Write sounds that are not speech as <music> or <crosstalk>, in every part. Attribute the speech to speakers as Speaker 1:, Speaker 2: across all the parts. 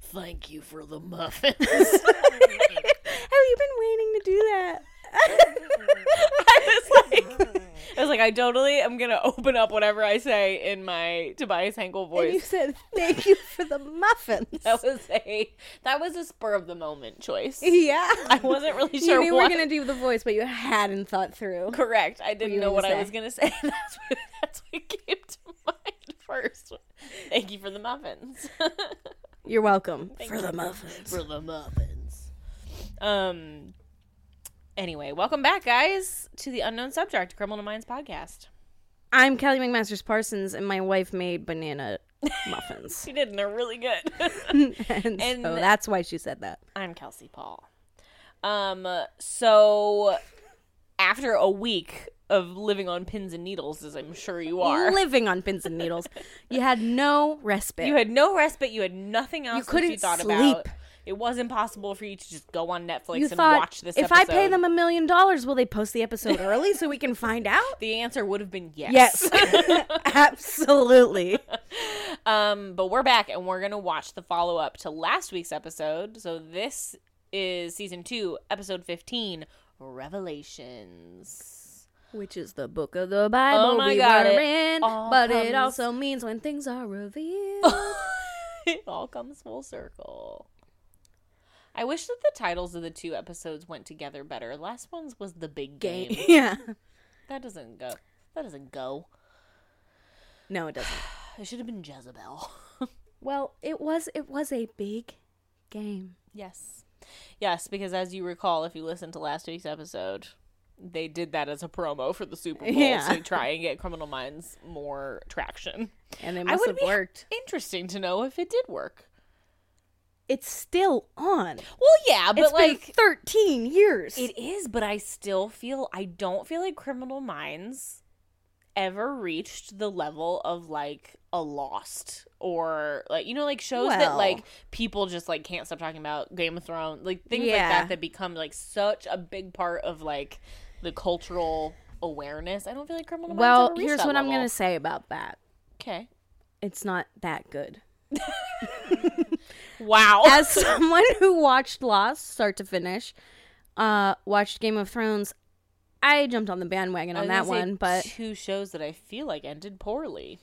Speaker 1: Thank you for the
Speaker 2: <laughs>
Speaker 1: muffins.
Speaker 2: Have you been waiting to do that? <laughs> I was
Speaker 3: <laughs>
Speaker 2: like, I was like, I totally am gonna open up whatever I say in my Tobias Henkel And you voice. <laughs>
Speaker 3: said thank you for the <laughs> muffins.
Speaker 2: That was a that was a spur of the moment
Speaker 3: <laughs>
Speaker 2: choice.
Speaker 3: yeah.
Speaker 2: I wasn't really
Speaker 3: you
Speaker 2: sure
Speaker 3: knew we
Speaker 2: what.
Speaker 3: were gonna do the voice, but you hadn't thought through.
Speaker 2: <laughs> Correct. I didn't
Speaker 3: you
Speaker 2: know
Speaker 3: gonna
Speaker 2: what I
Speaker 3: say?
Speaker 2: was gonna say. <laughs> That's what, that's what came to <laughs> mind first. Thank you for the muffins. <laughs>
Speaker 3: You're welcome for the muffins.
Speaker 1: for the muffins.
Speaker 2: um. Anyway, welcome back, guys, to the Unknown Subject Criminal Minds podcast.
Speaker 3: I'm Kelly McMasters Parsons, and my wife made <laughs> banana muffins,
Speaker 2: She did, and they're really good.
Speaker 3: <laughs> and,
Speaker 2: And-
Speaker 3: so that's why she said that.
Speaker 2: <laughs> I'm Kelsey Paul. Um, so after a week of living on pins and needles, as I'm sure you are,
Speaker 3: Living on pins and needles, you had no respite.
Speaker 2: you had no respite. You had nothing else. that you
Speaker 3: couldn't
Speaker 2: thought about.
Speaker 3: sleep.
Speaker 2: It was impossible for you to just go on Netflix
Speaker 3: You
Speaker 2: and
Speaker 3: thought
Speaker 2: watch this.
Speaker 3: if I pay
Speaker 2: episode."
Speaker 3: them a million dollars, will they post the episode early so we can find out?
Speaker 2: the answer would have been yes.
Speaker 3: Yes, <laughs> absolutely.
Speaker 2: Um, but we're back and we're gonna watch the follow up to last week's episode. So this is season two, episode fifteen, Revelations. <laughs>
Speaker 3: Which is the book of the Bible
Speaker 2: my
Speaker 3: we
Speaker 2: God,
Speaker 3: were
Speaker 2: it
Speaker 3: in,
Speaker 2: all
Speaker 3: but Oh it
Speaker 2: comes-
Speaker 3: also means when things are revealed.
Speaker 2: it all comes full circle. I wish that the titles of the two episodes went together better. Last one's was the big game.
Speaker 3: <laughs> yeah.
Speaker 2: That doesn't go. That doesn't go.
Speaker 3: No, it doesn't.
Speaker 2: It should have been Jezebel. <laughs>
Speaker 3: Well, it was it was a big game.
Speaker 2: yes. Yes, because as you recall, if you listened to last week's episode, they did that as a promo for the Super Bowl
Speaker 3: Yeah.
Speaker 2: to try and get Criminal Minds more traction.
Speaker 3: And it
Speaker 2: I
Speaker 3: must
Speaker 2: would
Speaker 3: have
Speaker 2: be
Speaker 3: worked.
Speaker 2: Interesting to know if it did work.
Speaker 3: It's still on.
Speaker 2: Well, yeah, but
Speaker 3: It's
Speaker 2: like
Speaker 3: been 13 years.
Speaker 2: It is, but I still feel I don't feel like Criminal Minds ever reached the level of like a Lost or like you know like shows that
Speaker 3: Well.
Speaker 2: like people just like can't stop talking about Game of Thrones, like things like
Speaker 3: Yeah.
Speaker 2: that that become like such a big part of like the cultural awareness. I don't feel like Criminal Minds.
Speaker 3: well,
Speaker 2: ever reached
Speaker 3: here's
Speaker 2: that
Speaker 3: what I'm
Speaker 2: level.
Speaker 3: going to say about that.
Speaker 2: Okay.
Speaker 3: It's not that good.
Speaker 2: Wow.
Speaker 3: As <laughs> someone who watched Lost start to finish, uh watched Game of Thrones, I jumped on the bandwagon
Speaker 2: I
Speaker 3: on
Speaker 2: was
Speaker 3: that
Speaker 2: gonna say
Speaker 3: one, but
Speaker 2: two shows that I feel like ended poorly.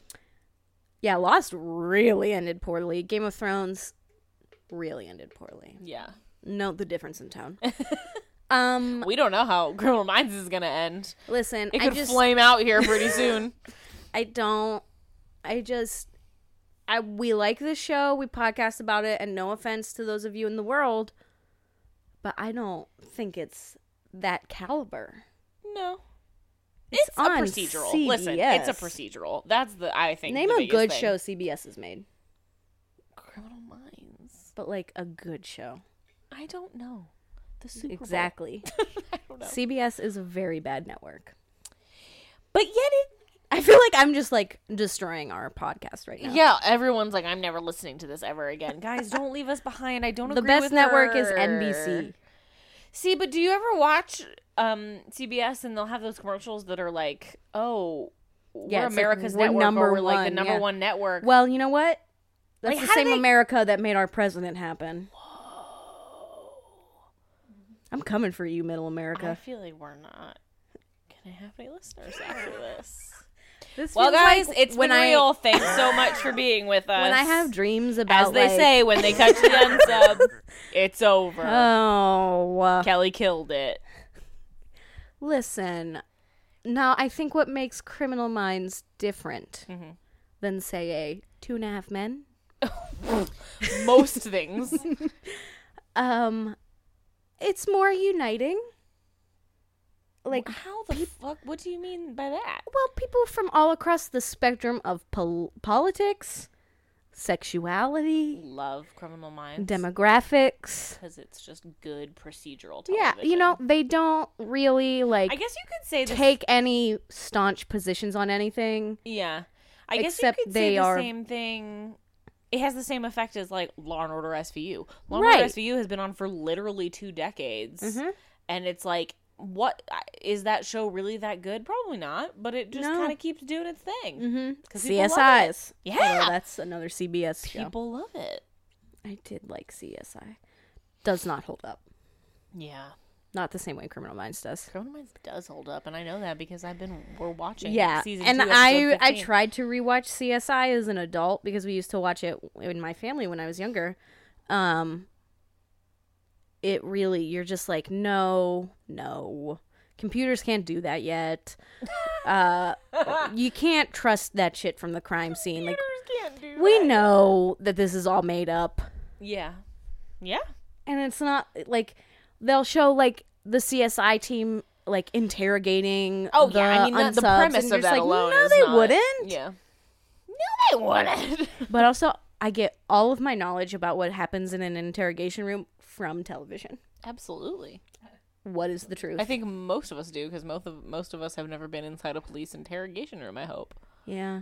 Speaker 3: yeah, Lost really ended poorly. Game of Thrones really ended poorly.
Speaker 2: Yeah.
Speaker 3: Note the difference
Speaker 2: <laughs>
Speaker 3: in tone. um
Speaker 2: We don't know how Criminal Minds is gonna end.
Speaker 3: listen,
Speaker 2: It
Speaker 3: I
Speaker 2: could
Speaker 3: just
Speaker 2: flame out here pretty soon.
Speaker 3: I don't. I just. I we like this show. We podcast about it, and no offense to those of you in the world, but I don't think it's that caliber.
Speaker 2: <laughs> No. It's, a
Speaker 3: on
Speaker 2: procedural. Listen, it's a
Speaker 3: CBS.
Speaker 2: procedural. That's the I think
Speaker 3: Name
Speaker 2: the
Speaker 3: a
Speaker 2: biggest
Speaker 3: good
Speaker 2: thing.
Speaker 3: show CBS has made,
Speaker 2: Criminal Minds.
Speaker 3: but like a good show.
Speaker 2: I don't know. The Super Bowl.
Speaker 3: Exactly.
Speaker 2: <laughs> I don't know.
Speaker 3: CBS is a very bad network.
Speaker 2: But yet it
Speaker 3: I feel like I'm just like destroying our podcast right now.
Speaker 2: yeah, everyone's like, I'm never listening to this ever again. Guys, don't leave us behind. I don't
Speaker 3: The
Speaker 2: agree
Speaker 3: best
Speaker 2: with
Speaker 3: network is
Speaker 2: her.
Speaker 3: NBC.
Speaker 2: See, but do you ever watch um, CBS and they'll have those commercials that are like, oh, we're
Speaker 3: Yeah, it's like,
Speaker 2: America's
Speaker 3: we're
Speaker 2: network
Speaker 3: number
Speaker 2: or we're like
Speaker 3: one,
Speaker 2: the number
Speaker 3: yeah.
Speaker 2: one network.
Speaker 3: Well, you know what? That's
Speaker 2: Like,
Speaker 3: the
Speaker 2: how do
Speaker 3: same
Speaker 2: they-
Speaker 3: America that made our president happen. I'm coming for you, middle
Speaker 2: I
Speaker 3: America.
Speaker 2: feel like we're not gonna have any
Speaker 3: <laughs>
Speaker 2: listeners after this.
Speaker 3: This
Speaker 2: Well,
Speaker 3: feels
Speaker 2: guys,
Speaker 3: like
Speaker 2: it's
Speaker 3: when
Speaker 2: been
Speaker 3: I
Speaker 2: real. Thanks so much for being with us.
Speaker 3: <laughs> when I have dreams about
Speaker 2: as they
Speaker 3: like,
Speaker 2: say, when they touch the
Speaker 3: <laughs>
Speaker 2: unsub, it's over.
Speaker 3: Oh, uh,
Speaker 2: Kelly killed it.
Speaker 3: listen. Now, I think what makes Criminal Minds different
Speaker 2: Mm-hmm.
Speaker 3: than say a Two and a Half Men, <laughs>
Speaker 2: Most things.
Speaker 3: um, it's more uniting. Like
Speaker 2: how the fuck? What do you mean by that?
Speaker 3: well, people from all across the spectrum of pol- politics, sexuality,
Speaker 2: Love Criminal Minds
Speaker 3: demographics.
Speaker 2: because it's just good procedural.
Speaker 3: Yeah, you
Speaker 2: television.
Speaker 3: know, they don't really like
Speaker 2: I guess you could say this.
Speaker 3: take any staunch positions on anything.
Speaker 2: yeah, I guess
Speaker 3: Except
Speaker 2: you could
Speaker 3: they
Speaker 2: say the
Speaker 3: are-
Speaker 2: same thing. It has the same effect as like Law and Order SVU. Law and
Speaker 3: Right.
Speaker 2: Order SVU has been on for literally two decades,
Speaker 3: Mhm.
Speaker 2: and it's like, what is that show really that good? Probably not, but it just
Speaker 3: No.
Speaker 2: kind of keeps doing its thing.
Speaker 3: Mm-hmm.
Speaker 2: 'Cause people love it.
Speaker 3: CSIs.
Speaker 2: Yeah.
Speaker 3: Oh, that's another CBS show.
Speaker 2: People love it.
Speaker 3: I did like CSI. Does not hold up.
Speaker 2: Yeah,
Speaker 3: Not the same way Criminal Minds does.
Speaker 2: Criminal Minds does hold up, and I know that because I've been we're watching.
Speaker 3: Yeah,
Speaker 2: season
Speaker 3: and
Speaker 2: two,
Speaker 3: I
Speaker 2: episode
Speaker 3: I
Speaker 2: 15.
Speaker 3: tried to rewatch CSI as an adult because we used to watch it in my family when I was younger. Um, it really you're just like no no computers can't do
Speaker 2: <laughs>
Speaker 3: that yet. uh, you can't trust that shit from the crime scene. Like
Speaker 2: Can't do
Speaker 3: we
Speaker 2: that.
Speaker 3: know that this is all made up.
Speaker 2: Yeah, yeah.
Speaker 3: and it's not like they'll show like the CSI team like interrogating.
Speaker 2: Oh yeah, I mean
Speaker 3: unsubs,
Speaker 2: the, the
Speaker 3: and
Speaker 2: premise
Speaker 3: you're
Speaker 2: of that
Speaker 3: just like,
Speaker 2: alone.
Speaker 3: No,
Speaker 2: is
Speaker 3: they
Speaker 2: not-
Speaker 3: wouldn't.
Speaker 2: Yeah. No, they wouldn't. <laughs>
Speaker 3: But also, I get all of my knowledge about what happens in an interrogation room from television.
Speaker 2: Absolutely.
Speaker 3: What is the truth?
Speaker 2: I think most of us do because most of most of us have never been inside a police interrogation room. I hope.
Speaker 3: yeah.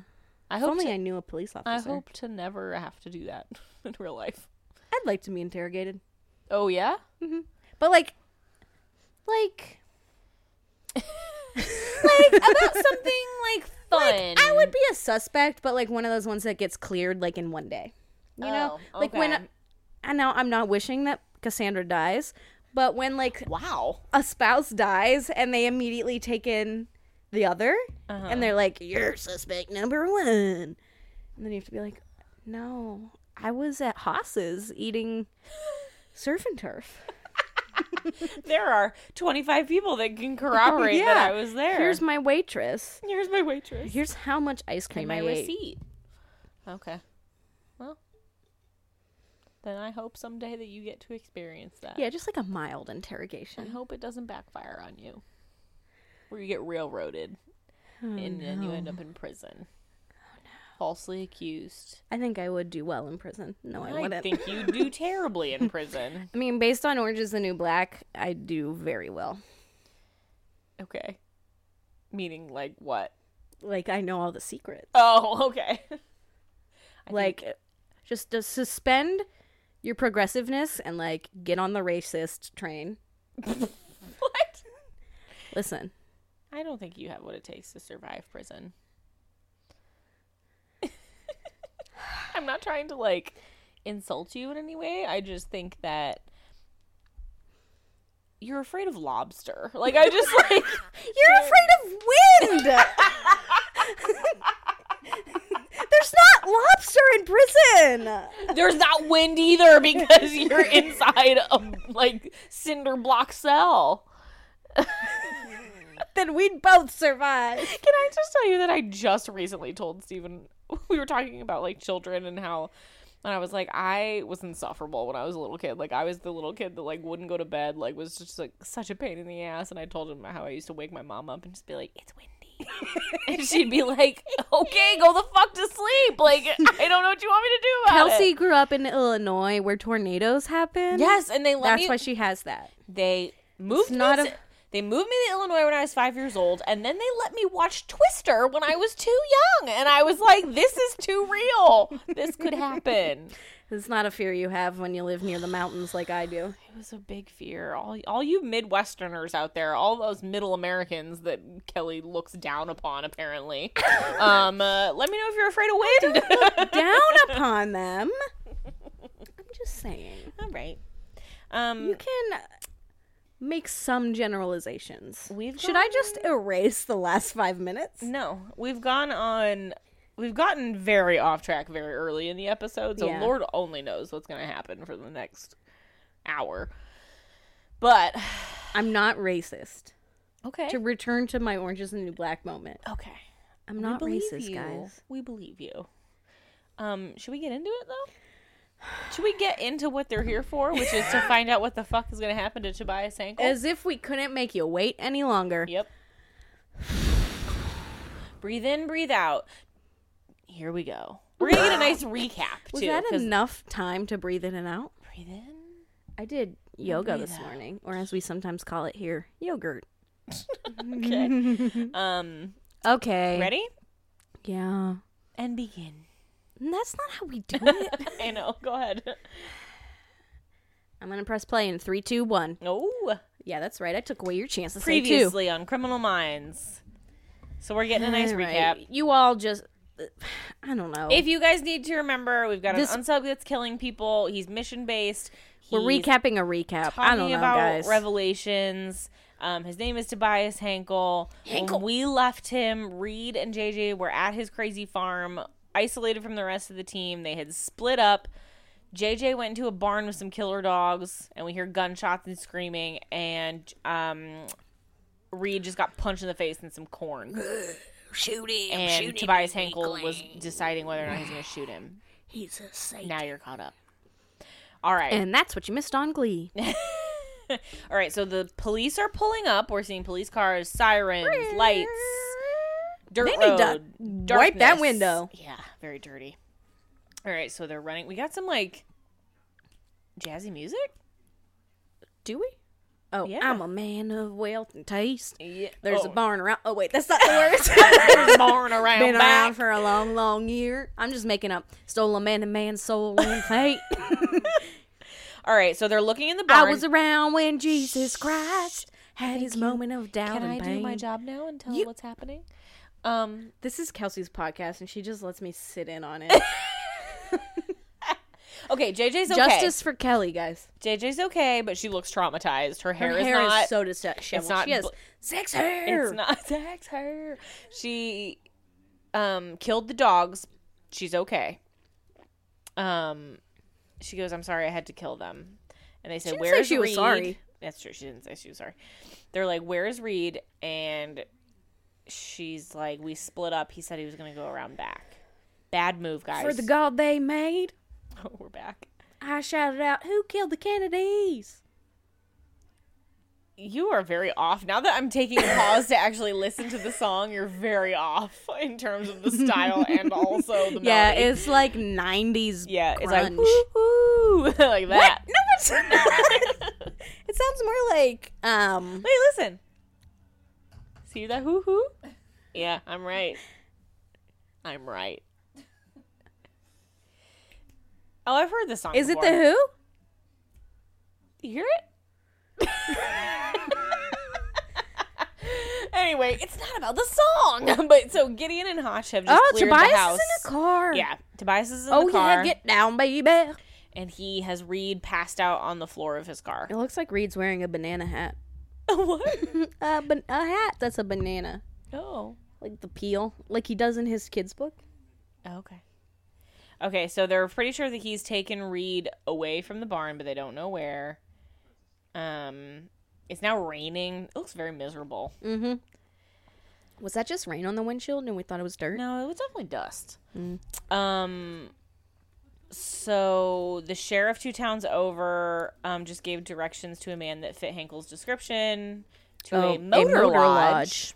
Speaker 2: I
Speaker 3: If
Speaker 2: hope.
Speaker 3: only
Speaker 2: To,
Speaker 3: I knew a police officer.
Speaker 2: I hope to never have to do that <laughs> in real life.
Speaker 3: I'd like to be interrogated,
Speaker 2: Oh yeah.
Speaker 3: but like, like,
Speaker 2: Like about something like fun.
Speaker 3: <laughs> like I would be a suspect, but like one of those ones that gets cleared like in one day. You know,
Speaker 2: Oh,
Speaker 3: like when I,
Speaker 2: okay.
Speaker 3: I know I'm not wishing that Cassandra dies, but when like
Speaker 2: Wow.
Speaker 3: a spouse dies and they immediately take in the other
Speaker 2: Uh-huh.
Speaker 3: and they're like you're suspect number one and then you have to be like no i was at haas's eating surf and turf
Speaker 2: There are twenty five people that <laughs> can corroborate
Speaker 3: Yeah.
Speaker 2: that I was there.
Speaker 3: here's my waitress
Speaker 2: here's my waitress.
Speaker 3: here's how much ice
Speaker 2: and
Speaker 3: cream
Speaker 2: my
Speaker 3: i ate
Speaker 2: receipt. Okay. Well, then I hope someday that you get to experience that.
Speaker 3: yeah just like a mild
Speaker 2: I
Speaker 3: interrogation
Speaker 2: hope it doesn't backfire on you, where you get railroaded Uh-huh.
Speaker 3: Hmm.
Speaker 2: and then you end up in prison, falsely accused.
Speaker 3: i think i would do well in prison no i,
Speaker 2: I
Speaker 3: wouldn't
Speaker 2: think you <laughs> do terribly in prison.
Speaker 3: i mean based on orange is the new black i do very well
Speaker 2: Okay. Meaning like what?
Speaker 3: like i know all the secrets
Speaker 2: Oh, okay. <laughs> I
Speaker 3: like
Speaker 2: think-
Speaker 3: just to suspend your progressiveness and like get on the racist train
Speaker 2: <laughs> what?
Speaker 3: listen
Speaker 2: I don't think you have what it takes to survive prison. <laughs> I'm not trying to like insult you in any way. I just think that you're afraid of lobster. Like I just <laughs> like
Speaker 3: you're afraid
Speaker 2: <laughs>
Speaker 3: of wind <laughs> there's not lobster in prison
Speaker 2: there's not wind either because <laughs> you're inside a like cinder block cell.
Speaker 3: then we'd both survive
Speaker 2: Can I just tell you that I just recently told Stephen <laughs> we were talking about like children and how and I was like I was insufferable when I was a little kid. Like I was the little kid that like wouldn't go to bed, like was just like such a pain in the ass and I told him how I used to wake my mom up and just be like, It's windy <laughs> And she'd be like, Okay, go the fuck to sleep. Like I don't know what you want me to do about it."
Speaker 3: kelsey grew up in illinois where tornadoes happen
Speaker 2: Yes, and they let
Speaker 3: that's
Speaker 2: me
Speaker 3: why she has that
Speaker 2: they moved me
Speaker 3: not
Speaker 2: to-
Speaker 3: a-
Speaker 2: they moved me to Illinois when I was five years old, and then they let me watch Twister when I was too young, and I was like, "This is too real. This could happen."
Speaker 3: <laughs> it's not a fear you have when you live near the mountains like
Speaker 2: <laughs>
Speaker 3: i do
Speaker 2: it was a big fear. All all you Midwesterners out there, all those Middle Americans that Kelly looks down upon,
Speaker 3: <laughs>
Speaker 2: apparently. um, uh, let me know if you're afraid of wind. <laughs>
Speaker 3: down upon them i'm just saying
Speaker 2: all right. Um,
Speaker 3: You can make some generalizations.
Speaker 2: We've
Speaker 3: Should I just erase the last five minutes?
Speaker 2: No, we've gone on. We've gotten very off track very early in the episode, so
Speaker 3: Yeah.
Speaker 2: Lord only knows what's going to happen for the next hour. But
Speaker 3: I'm not racist.
Speaker 2: okay,
Speaker 3: To return to my Orange is the New Black moment,
Speaker 2: okay,
Speaker 3: I'm not
Speaker 2: we believe
Speaker 3: racist,
Speaker 2: you.
Speaker 3: guys.
Speaker 2: We believe you. Um, should we get into it though? Should we get into what they're here for, which is
Speaker 3: <sighs>
Speaker 2: to find out what the fuck is going to happen to Tobias Ankle?
Speaker 3: As if we couldn't make you wait any longer.
Speaker 2: Yep. breathe in, breathe out. Here we go. We're gonna get a nice recap
Speaker 3: Was
Speaker 2: too.
Speaker 3: that
Speaker 2: 'cause-
Speaker 3: enough time to breathe in and out?
Speaker 2: Breathe in.
Speaker 3: I did yoga
Speaker 2: Breathe
Speaker 3: this
Speaker 2: out.
Speaker 3: morning, or as we sometimes call it here, yogurt.
Speaker 2: Okay. um,
Speaker 3: Okay.
Speaker 2: ready?
Speaker 3: Yeah.
Speaker 2: and begin.
Speaker 3: And Mm, that's not how we <laughs> do it.
Speaker 2: I know. Go ahead.
Speaker 3: I'm gonna press play in three, two, one.
Speaker 2: Oh,
Speaker 3: Yeah, that's right. I took away your chance to say two.
Speaker 2: previously on Criminal Minds. So we're getting a nice
Speaker 3: All right.
Speaker 2: recap.
Speaker 3: You all just, <sighs> I don't know.
Speaker 2: If you guys need to remember, we've got
Speaker 3: This-
Speaker 2: an unsub that's killing people. He's mission based.
Speaker 3: We're recapping a recap. I don't know,
Speaker 2: about
Speaker 3: guys.
Speaker 2: Revelations. Um, his name is Tobias Hankel. When we left him, Reed and JJ were at his crazy farm, isolated from the rest of the team. They had split up. JJ went into a barn with some killer dogs, and we hear gunshots and screaming. And um, Reed just got punched in the face and some corn.
Speaker 1: <sighs> Shoot him.
Speaker 2: And
Speaker 1: shoot
Speaker 2: Tobias
Speaker 1: him,
Speaker 2: Hankel was
Speaker 1: weakling.
Speaker 2: deciding whether or not he's going to shoot him.
Speaker 1: <sighs> He's a saint.
Speaker 2: Now you're caught up. All right.
Speaker 3: and that's what you missed on Glee.
Speaker 2: All right, so the police are pulling up. We're seeing police cars, sirens, lights, dirt
Speaker 3: They need
Speaker 2: road,
Speaker 3: to wipe that
Speaker 2: darkness.
Speaker 3: window.
Speaker 2: Yeah, very dirty. All right, so they're running. We got some like jazzy music.
Speaker 3: <laughs> Do we? Oh,
Speaker 2: Yeah.
Speaker 3: I'm a man of wealth and taste.
Speaker 2: Yeah,
Speaker 3: There's a barn around. Oh wait, that's not
Speaker 2: <laughs>
Speaker 3: the words.
Speaker 2: a barn around
Speaker 3: <laughs> Been around
Speaker 2: back.
Speaker 3: for a long, long year. I'm just making up. Stole a man and man's
Speaker 2: <laughs>
Speaker 3: soul and fate.
Speaker 2: All right, so they're looking in the
Speaker 3: I
Speaker 2: barn.
Speaker 3: was around when Jesus Christ had his moment of doubt
Speaker 2: Can
Speaker 3: and
Speaker 2: I
Speaker 3: pain.
Speaker 2: do my job now and tell
Speaker 3: You-
Speaker 2: what's happening? Um,
Speaker 3: This is Kelsey's podcast, and she just lets me sit in on <laughs> it.
Speaker 2: okay, JJ's okay.
Speaker 3: Justice for Kelly, guys.
Speaker 2: JJ's okay, but she looks traumatized. Her hair,
Speaker 3: Her hair
Speaker 2: is not
Speaker 3: is so disheveled.
Speaker 2: not
Speaker 3: she has
Speaker 2: bl-
Speaker 3: sex hair.
Speaker 2: It's not <laughs> sex her. She um killed the dogs. She's okay. Um she goes, I'm sorry I had to kill them. And they said,
Speaker 3: didn't say
Speaker 2: Where's
Speaker 3: she was
Speaker 2: Reed?
Speaker 3: sorry.
Speaker 2: That's true, she didn't say she was sorry. They're like, Where's Reed? And she's like, We split up. He said he was gonna go around back. Bad move, guys. <laughs>
Speaker 3: for the God they made,
Speaker 2: oh, we're back.
Speaker 3: I shouted out, "Who killed the Kennedys?"
Speaker 2: You are very off. Now that I'm taking a pause to actually listen to the song, you're very off in terms of the style and also the
Speaker 3: <laughs> Yeah,
Speaker 2: melody.
Speaker 3: it's like '90s.
Speaker 2: Yeah,
Speaker 3: grunge.
Speaker 2: it's like woo <laughs> like
Speaker 3: What?
Speaker 2: that.
Speaker 3: No, it's <laughs> not. it sounds more like um.
Speaker 2: Wait, listen. See that hoo hoo? Yeah, I'm right. I'm right. Oh, I've heard this song.
Speaker 3: Is it the
Speaker 2: before.
Speaker 3: Who?
Speaker 2: You hear it? <laughs> anyway, it's not about the song, <laughs> but so Gideon and Hotch have just
Speaker 3: Oh,
Speaker 2: cleared
Speaker 3: Tobias
Speaker 2: the house.
Speaker 3: is in a car.
Speaker 2: Yeah, Tobias is in
Speaker 3: Oh
Speaker 2: the car,
Speaker 3: yeah, get down, baby. It
Speaker 2: and he has Reed passed out on the floor of his
Speaker 3: <laughs>
Speaker 2: car.
Speaker 3: looks like Reed's wearing a banana hat.
Speaker 2: what?
Speaker 3: <laughs> a, ban- a hat that's a banana,
Speaker 2: Oh.
Speaker 3: like the peel, like he does in his kids' book.
Speaker 2: Oh, okay. Okay, so they're pretty sure that he's taken Reed away from the barn, but they don't know where. Um, it's now raining. It looks very miserable.
Speaker 3: Mm-hmm. Was that just rain on the windshield and we thought it was dirt?
Speaker 2: No, it was definitely dust. Um, so the sheriff two towns over um just gave directions to a man that fit Hankel's description to
Speaker 3: Oh,
Speaker 2: a motor, lodge.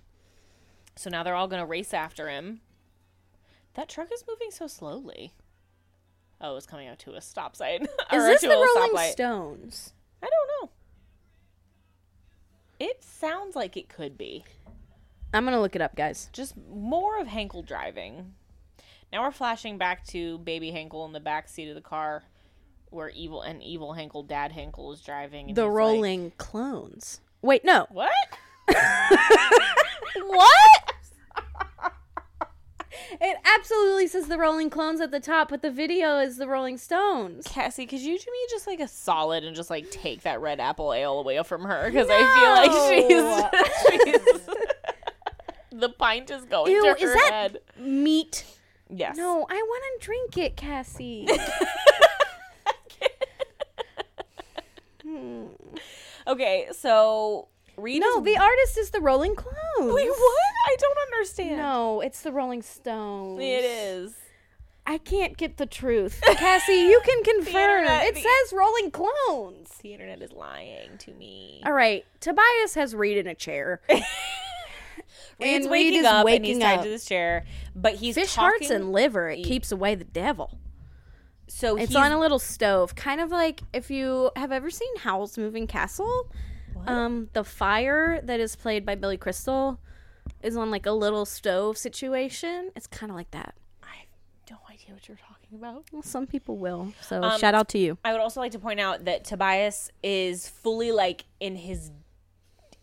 Speaker 2: So now they're all gonna race after him. That truck is moving so slowly. Oh, it's coming out to a stop sign. <laughs>
Speaker 3: Is
Speaker 2: Or
Speaker 3: this
Speaker 2: to
Speaker 3: the
Speaker 2: a
Speaker 3: Rolling
Speaker 2: stoplight.
Speaker 3: Stones?
Speaker 2: I don't know. It sounds like it could be.
Speaker 3: I'm gonna look it up, guys.
Speaker 2: Just more of Hankel driving. Now we're flashing back to baby Hankel in the back seat of the car where evil and evil Hankel, dad Hankel is driving. And
Speaker 3: The
Speaker 2: he's like,
Speaker 3: Rolling Clones. Wait, no.
Speaker 2: what?
Speaker 3: What? <laughs> it absolutely says the Rolling Clones at the top, but the video is the Rolling Stones.
Speaker 2: Cassie, could you do me just like a solid and just like take that red apple ale away from her? Because I feel like she's. <laughs> she's the pint is going
Speaker 3: Ew,
Speaker 2: to
Speaker 3: is
Speaker 2: her
Speaker 3: that-
Speaker 2: head.
Speaker 3: Meat.
Speaker 2: Yes.
Speaker 3: No, I want to drink it,
Speaker 2: <laughs>
Speaker 3: Cassie.
Speaker 2: Okay, so Reed
Speaker 3: no,
Speaker 2: is
Speaker 3: the artist is the Rolling Clones.
Speaker 2: Wait, what? I don't understand.
Speaker 3: No, it's the Rolling Stones.
Speaker 2: It is.
Speaker 3: I can't get the truth. <laughs> Cassie, you can confirm.
Speaker 2: internet-
Speaker 3: It
Speaker 2: the-
Speaker 3: says Rolling Clones.
Speaker 2: The internet is lying to me.
Speaker 3: All right, Tobias has Reed in
Speaker 2: <laughs>
Speaker 3: a chair.
Speaker 2: Reed's waking
Speaker 3: And Reed is
Speaker 2: up
Speaker 3: waking
Speaker 2: and he's tied
Speaker 3: up.
Speaker 2: to this chair, but he's
Speaker 3: Fish
Speaker 2: talking,
Speaker 3: hearts and liver. It keeps away the devil.
Speaker 2: so
Speaker 3: It's
Speaker 2: he's,
Speaker 3: on a little stove, kind of like if you have ever seen Howl's Moving Castle. Um, the fire that is played by Billy Crystal is on like a little stove situation. It's kind of like that.
Speaker 2: I've idea what you're talking about.
Speaker 3: Well, some people will. So
Speaker 2: Um,
Speaker 3: shout out to you.
Speaker 2: I would also like to point out that Tobias is fully like in his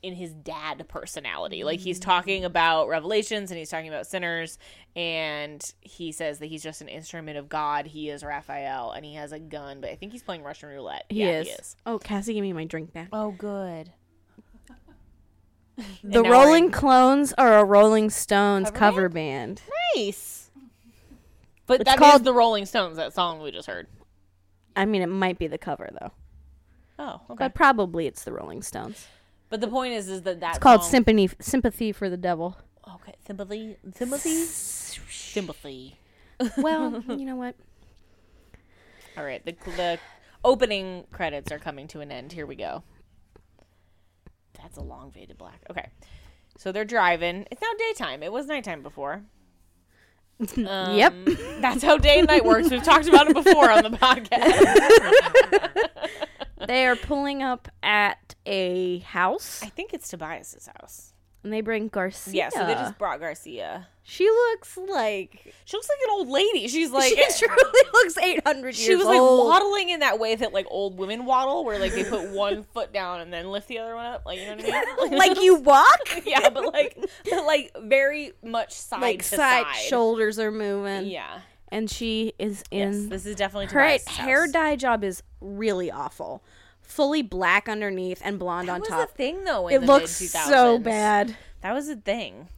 Speaker 2: in his dad personality. Like
Speaker 3: Mm.
Speaker 2: he's talking about revelations and he's talking about sinners and he says that he's just an instrument of God. He is Raphael and he has a gun, but I think he's playing Russian roulette. Yeah,
Speaker 3: Oh, Cassie, give me my drink back.
Speaker 2: Oh <laughs> good.
Speaker 3: The
Speaker 2: now we're
Speaker 3: Rolling
Speaker 2: in-
Speaker 3: Clones are a Rolling Stones
Speaker 2: Cover
Speaker 3: cover band.
Speaker 2: Nice. But
Speaker 3: It's
Speaker 2: that's
Speaker 3: called-
Speaker 2: called the Rolling Stones, that song we just heard.
Speaker 3: I mean, it might be the cover though,
Speaker 2: Oh, okay.
Speaker 3: but
Speaker 2: But,
Speaker 3: probably it's the Rolling Stones.
Speaker 2: the point is, is that that's
Speaker 3: It's called Sympathy Sympathy for
Speaker 2: <laughs>
Speaker 3: the Devil.
Speaker 2: Okay, Timothy, Timothy, Timothy.
Speaker 3: Well, you know what?
Speaker 2: All right, the the opening credits are coming to an end. Here we go. That's a long faded black. Okay, so they're driving. It's now daytime. It was nighttime before.
Speaker 3: <laughs>
Speaker 2: Um,
Speaker 3: yep.
Speaker 2: That's how day and night works. We've talked about it before on the
Speaker 3: <laughs>
Speaker 2: podcast.
Speaker 3: They are pulling up at a house
Speaker 2: I think it's Tobias's house.
Speaker 3: and they bring Garcia.
Speaker 2: Yeah, so they just brought Garcia.
Speaker 3: She looks like
Speaker 2: She looks like an old lady. She's like
Speaker 3: she <laughs> truly looks 800
Speaker 2: she
Speaker 3: years
Speaker 2: was like
Speaker 3: old.
Speaker 2: waddling in that way that like old women waddle, where like they put one foot down and then lift the other one up. Like you know what I mean?
Speaker 3: <laughs> like
Speaker 2: <laughs>
Speaker 3: you walk?
Speaker 2: yeah, but like but, like very much side
Speaker 3: like
Speaker 2: to
Speaker 3: side,
Speaker 2: side,
Speaker 3: shoulders are moving.
Speaker 2: Yeah,
Speaker 3: And she is
Speaker 2: yes,
Speaker 3: in
Speaker 2: this is definitely
Speaker 3: her
Speaker 2: Tobias'
Speaker 3: hair
Speaker 2: house.
Speaker 3: dye job is really awful. Fully black underneath and blonde
Speaker 2: That
Speaker 3: on
Speaker 2: was
Speaker 3: top.
Speaker 2: a thing though. In
Speaker 3: It
Speaker 2: the
Speaker 3: looks
Speaker 2: mid-2000s.
Speaker 3: so bad.
Speaker 2: That was a thing.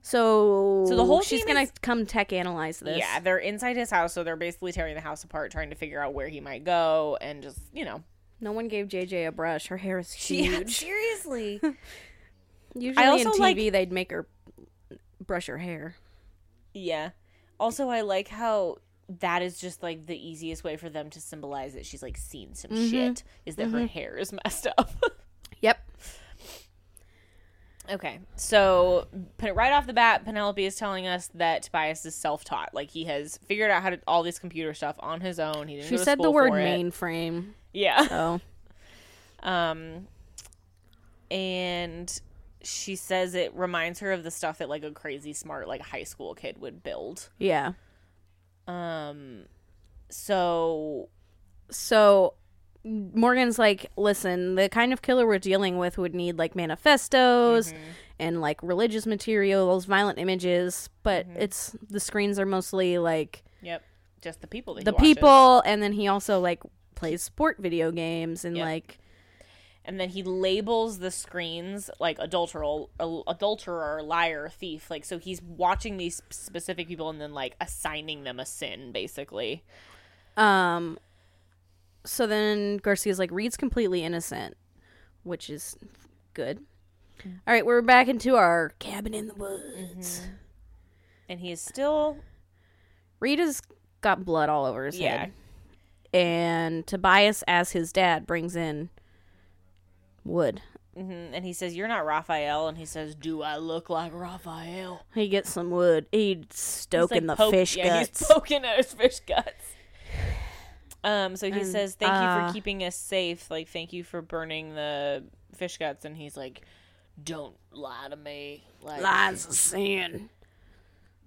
Speaker 3: So,
Speaker 2: So the whole
Speaker 3: she's
Speaker 2: team
Speaker 3: gonna
Speaker 2: is-
Speaker 3: come tech analyze this.
Speaker 2: Yeah, they're inside his house, so they're basically tearing the house apart, trying to figure out where he might go, and just you
Speaker 3: <laughs>
Speaker 2: know.
Speaker 3: No one gave JJ a brush. Her hair
Speaker 2: <laughs>
Speaker 3: is huge.
Speaker 2: Yeah, seriously.
Speaker 3: Usually
Speaker 2: I
Speaker 3: in TV
Speaker 2: also like-
Speaker 3: they'd make her brush her hair.
Speaker 2: Yeah. Also, I like how that is just like the easiest way for them to symbolize that she's like seen some
Speaker 3: Mm-hmm.
Speaker 2: shit is that her hair is messed up. <laughs>
Speaker 3: Yep.
Speaker 2: okay. So, pen- right off the bat, Penelope is telling us that Tobias is self taught. Like, he has figured out how to all this computer stuff on his own. He didn't
Speaker 3: She
Speaker 2: go to
Speaker 3: said the
Speaker 2: school
Speaker 3: word
Speaker 2: for it.
Speaker 3: mainframe.
Speaker 2: Yeah.
Speaker 3: Oh.
Speaker 2: Um, and she says it reminds her of the stuff that like a crazy smart like high school kid would build.
Speaker 3: Yeah.
Speaker 2: Um, so
Speaker 3: So Morgan's like, listen, the kind of killer we're dealing with would need like manifestos
Speaker 2: Mm-hmm.
Speaker 3: and like religious materials, violent images, but
Speaker 2: Mm-hmm.
Speaker 3: it's the screens are mostly like
Speaker 2: Yep. Just the people that
Speaker 3: the
Speaker 2: he watches.
Speaker 3: people and then he also like plays sport video games and
Speaker 2: Yep.
Speaker 3: like
Speaker 2: And then he labels the screens like adulterer, adulterer, liar, thief. Like so he's watching these specific people and then like assigning them a sin basically.
Speaker 3: um so then Garcia's like Reed's completely innocent, which is good.
Speaker 2: Mm-hmm.
Speaker 3: All right, we're back into our cabin in the woods.
Speaker 2: And he is still
Speaker 3: Reed has got blood all over his
Speaker 2: yeah.
Speaker 3: head. and Tobias, as his dad, brings in wood.
Speaker 2: hmm And he says you're not Raphael and he says do I look like Raphael?
Speaker 3: He gets some wood. He's
Speaker 2: He's,
Speaker 3: stoking
Speaker 2: like,
Speaker 3: the
Speaker 2: poke-
Speaker 3: fish
Speaker 2: yeah,
Speaker 3: guts.
Speaker 2: He's poking at his fish guts. Um so he
Speaker 3: And,
Speaker 2: says thank you
Speaker 3: uh,
Speaker 2: for keeping us safe. Like thank you for burning the fish guts and he's like
Speaker 1: Don't lie to me. Like,
Speaker 3: Lies of sin.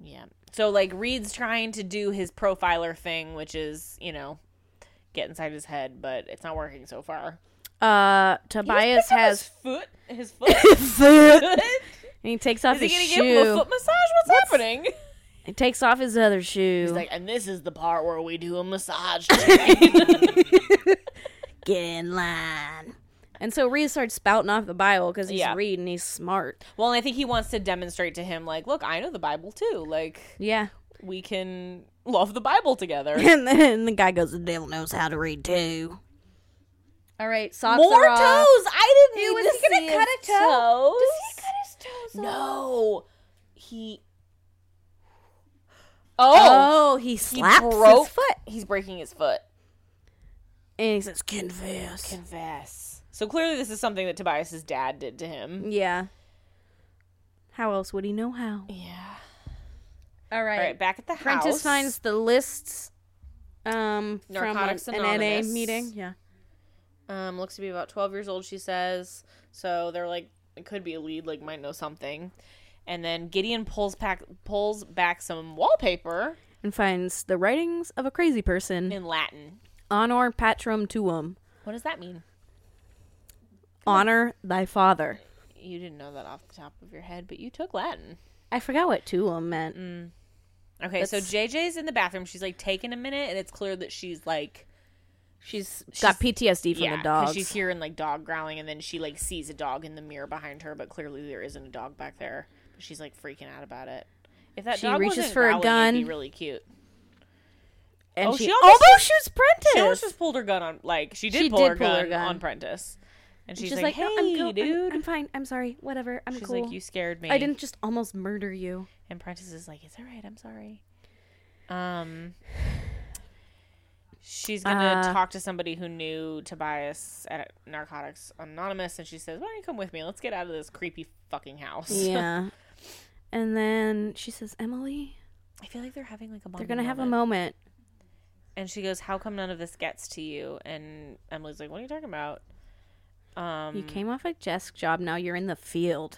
Speaker 2: Yeah. So like Reed's trying to do his profiler thing, which is, you know, get inside his head, but it's not working so far.
Speaker 3: Uh, Tobias
Speaker 2: Picked up
Speaker 3: has
Speaker 2: his foot <laughs> his foot.
Speaker 3: foot, and
Speaker 2: is
Speaker 3: <laughs> he takes off
Speaker 2: he
Speaker 3: his
Speaker 2: gonna
Speaker 3: shoe.
Speaker 2: give him a foot massage? What's, happening? <laughs>
Speaker 3: He takes off his other shoe.
Speaker 1: He's like, and this is the part where we do a
Speaker 2: <laughs>
Speaker 1: massage. today."
Speaker 3: get in line. And so Reed starts spouting off the Bible because he's
Speaker 2: Yeah.
Speaker 3: Reed and he's smart.
Speaker 2: Well, and I think he wants to demonstrate to him, like, look, I know the Bible too. Like,
Speaker 3: Yeah.
Speaker 2: we can love the Bible together.
Speaker 3: <laughs> And then the guy goes, "The devil knows how to read too." All right, socks
Speaker 2: More
Speaker 3: are
Speaker 2: toes.
Speaker 3: off.
Speaker 2: I didn't
Speaker 3: He
Speaker 2: need
Speaker 3: was
Speaker 2: to see
Speaker 3: gonna cut
Speaker 2: his
Speaker 3: a toe.
Speaker 2: toes.
Speaker 3: Does he cut his toes off?
Speaker 2: No, he.
Speaker 3: Oh, he slaps his foot.
Speaker 2: He's breaking his foot.
Speaker 3: And he says, confess.
Speaker 2: Confess. So clearly, this is something that Tobias's dad did to him.
Speaker 3: yeah. How else would he know how?
Speaker 2: Yeah.
Speaker 3: All right.
Speaker 2: All right, back at the house.
Speaker 3: Prentice finds the lists um,
Speaker 2: Narcotics
Speaker 3: from an- an NA
Speaker 2: Anonymous.
Speaker 3: meeting. Yeah.
Speaker 2: Um, looks to be about twelve years old. She says. So they're like, it could be a lead. Like, might know something. And then Gideon pulls back pulls back some wallpaper
Speaker 3: and finds the writings of a crazy person,
Speaker 2: in Latin.
Speaker 3: honor patrum tuum,
Speaker 2: What does that mean?
Speaker 3: honor thy father.
Speaker 2: You didn't know that off the top of your head, but you took Latin.
Speaker 3: I forgot what tuum meant.
Speaker 2: Mm. Okay, so JJ's in the bathroom. She's like taking a minute, and it's clear that she's like, she's,
Speaker 3: Got
Speaker 2: she's-
Speaker 3: PTSD from
Speaker 2: yeah,
Speaker 3: the
Speaker 2: 'cause
Speaker 3: dogs.
Speaker 2: She's hearing like dog growling, and then she like sees a dog in the mirror behind her, but clearly there isn't a dog back there. But she's like freaking out about it. If that
Speaker 3: She
Speaker 2: dog
Speaker 3: reaches
Speaker 2: wasn't
Speaker 3: for a
Speaker 2: growling, it'd be
Speaker 3: gun.
Speaker 2: really cute.
Speaker 3: and
Speaker 2: oh,
Speaker 3: she,
Speaker 2: she
Speaker 3: almost,
Speaker 2: almost
Speaker 3: shoots
Speaker 2: She
Speaker 3: Prentice.
Speaker 2: almost just pulled her gun on, like she did,
Speaker 3: She
Speaker 2: pull,
Speaker 3: did
Speaker 2: her,
Speaker 3: pull
Speaker 2: gun
Speaker 3: her gun.
Speaker 2: on Prentice, and she's,
Speaker 3: She's
Speaker 2: like,
Speaker 3: like, no,
Speaker 2: "Hey,
Speaker 3: I'm cool.
Speaker 2: dude."
Speaker 3: I'm, I'm fine. I'm sorry. Whatever. I'm
Speaker 2: she's
Speaker 3: cool.
Speaker 2: like, "You scared me."
Speaker 3: I didn't just almost murder you.
Speaker 2: And Prentice is like, "It's all right. I'm sorry." Um, she's gonna
Speaker 3: Uh,
Speaker 2: talk to somebody who knew Tobias at Narcotics Anonymous, and she says, "Why don't you come with me? Let's get out of this creepy fucking <laughs> house."
Speaker 3: Yeah. and then she says, Emily,
Speaker 2: I feel like they're having like a.
Speaker 3: they're
Speaker 2: bonding
Speaker 3: going to have a
Speaker 2: moment.
Speaker 3: moment.
Speaker 2: And she goes, "How come none of this gets to you?" And Emily's like, "What are you talking about?" Um,
Speaker 3: You came off a desk job. Now you're in the field.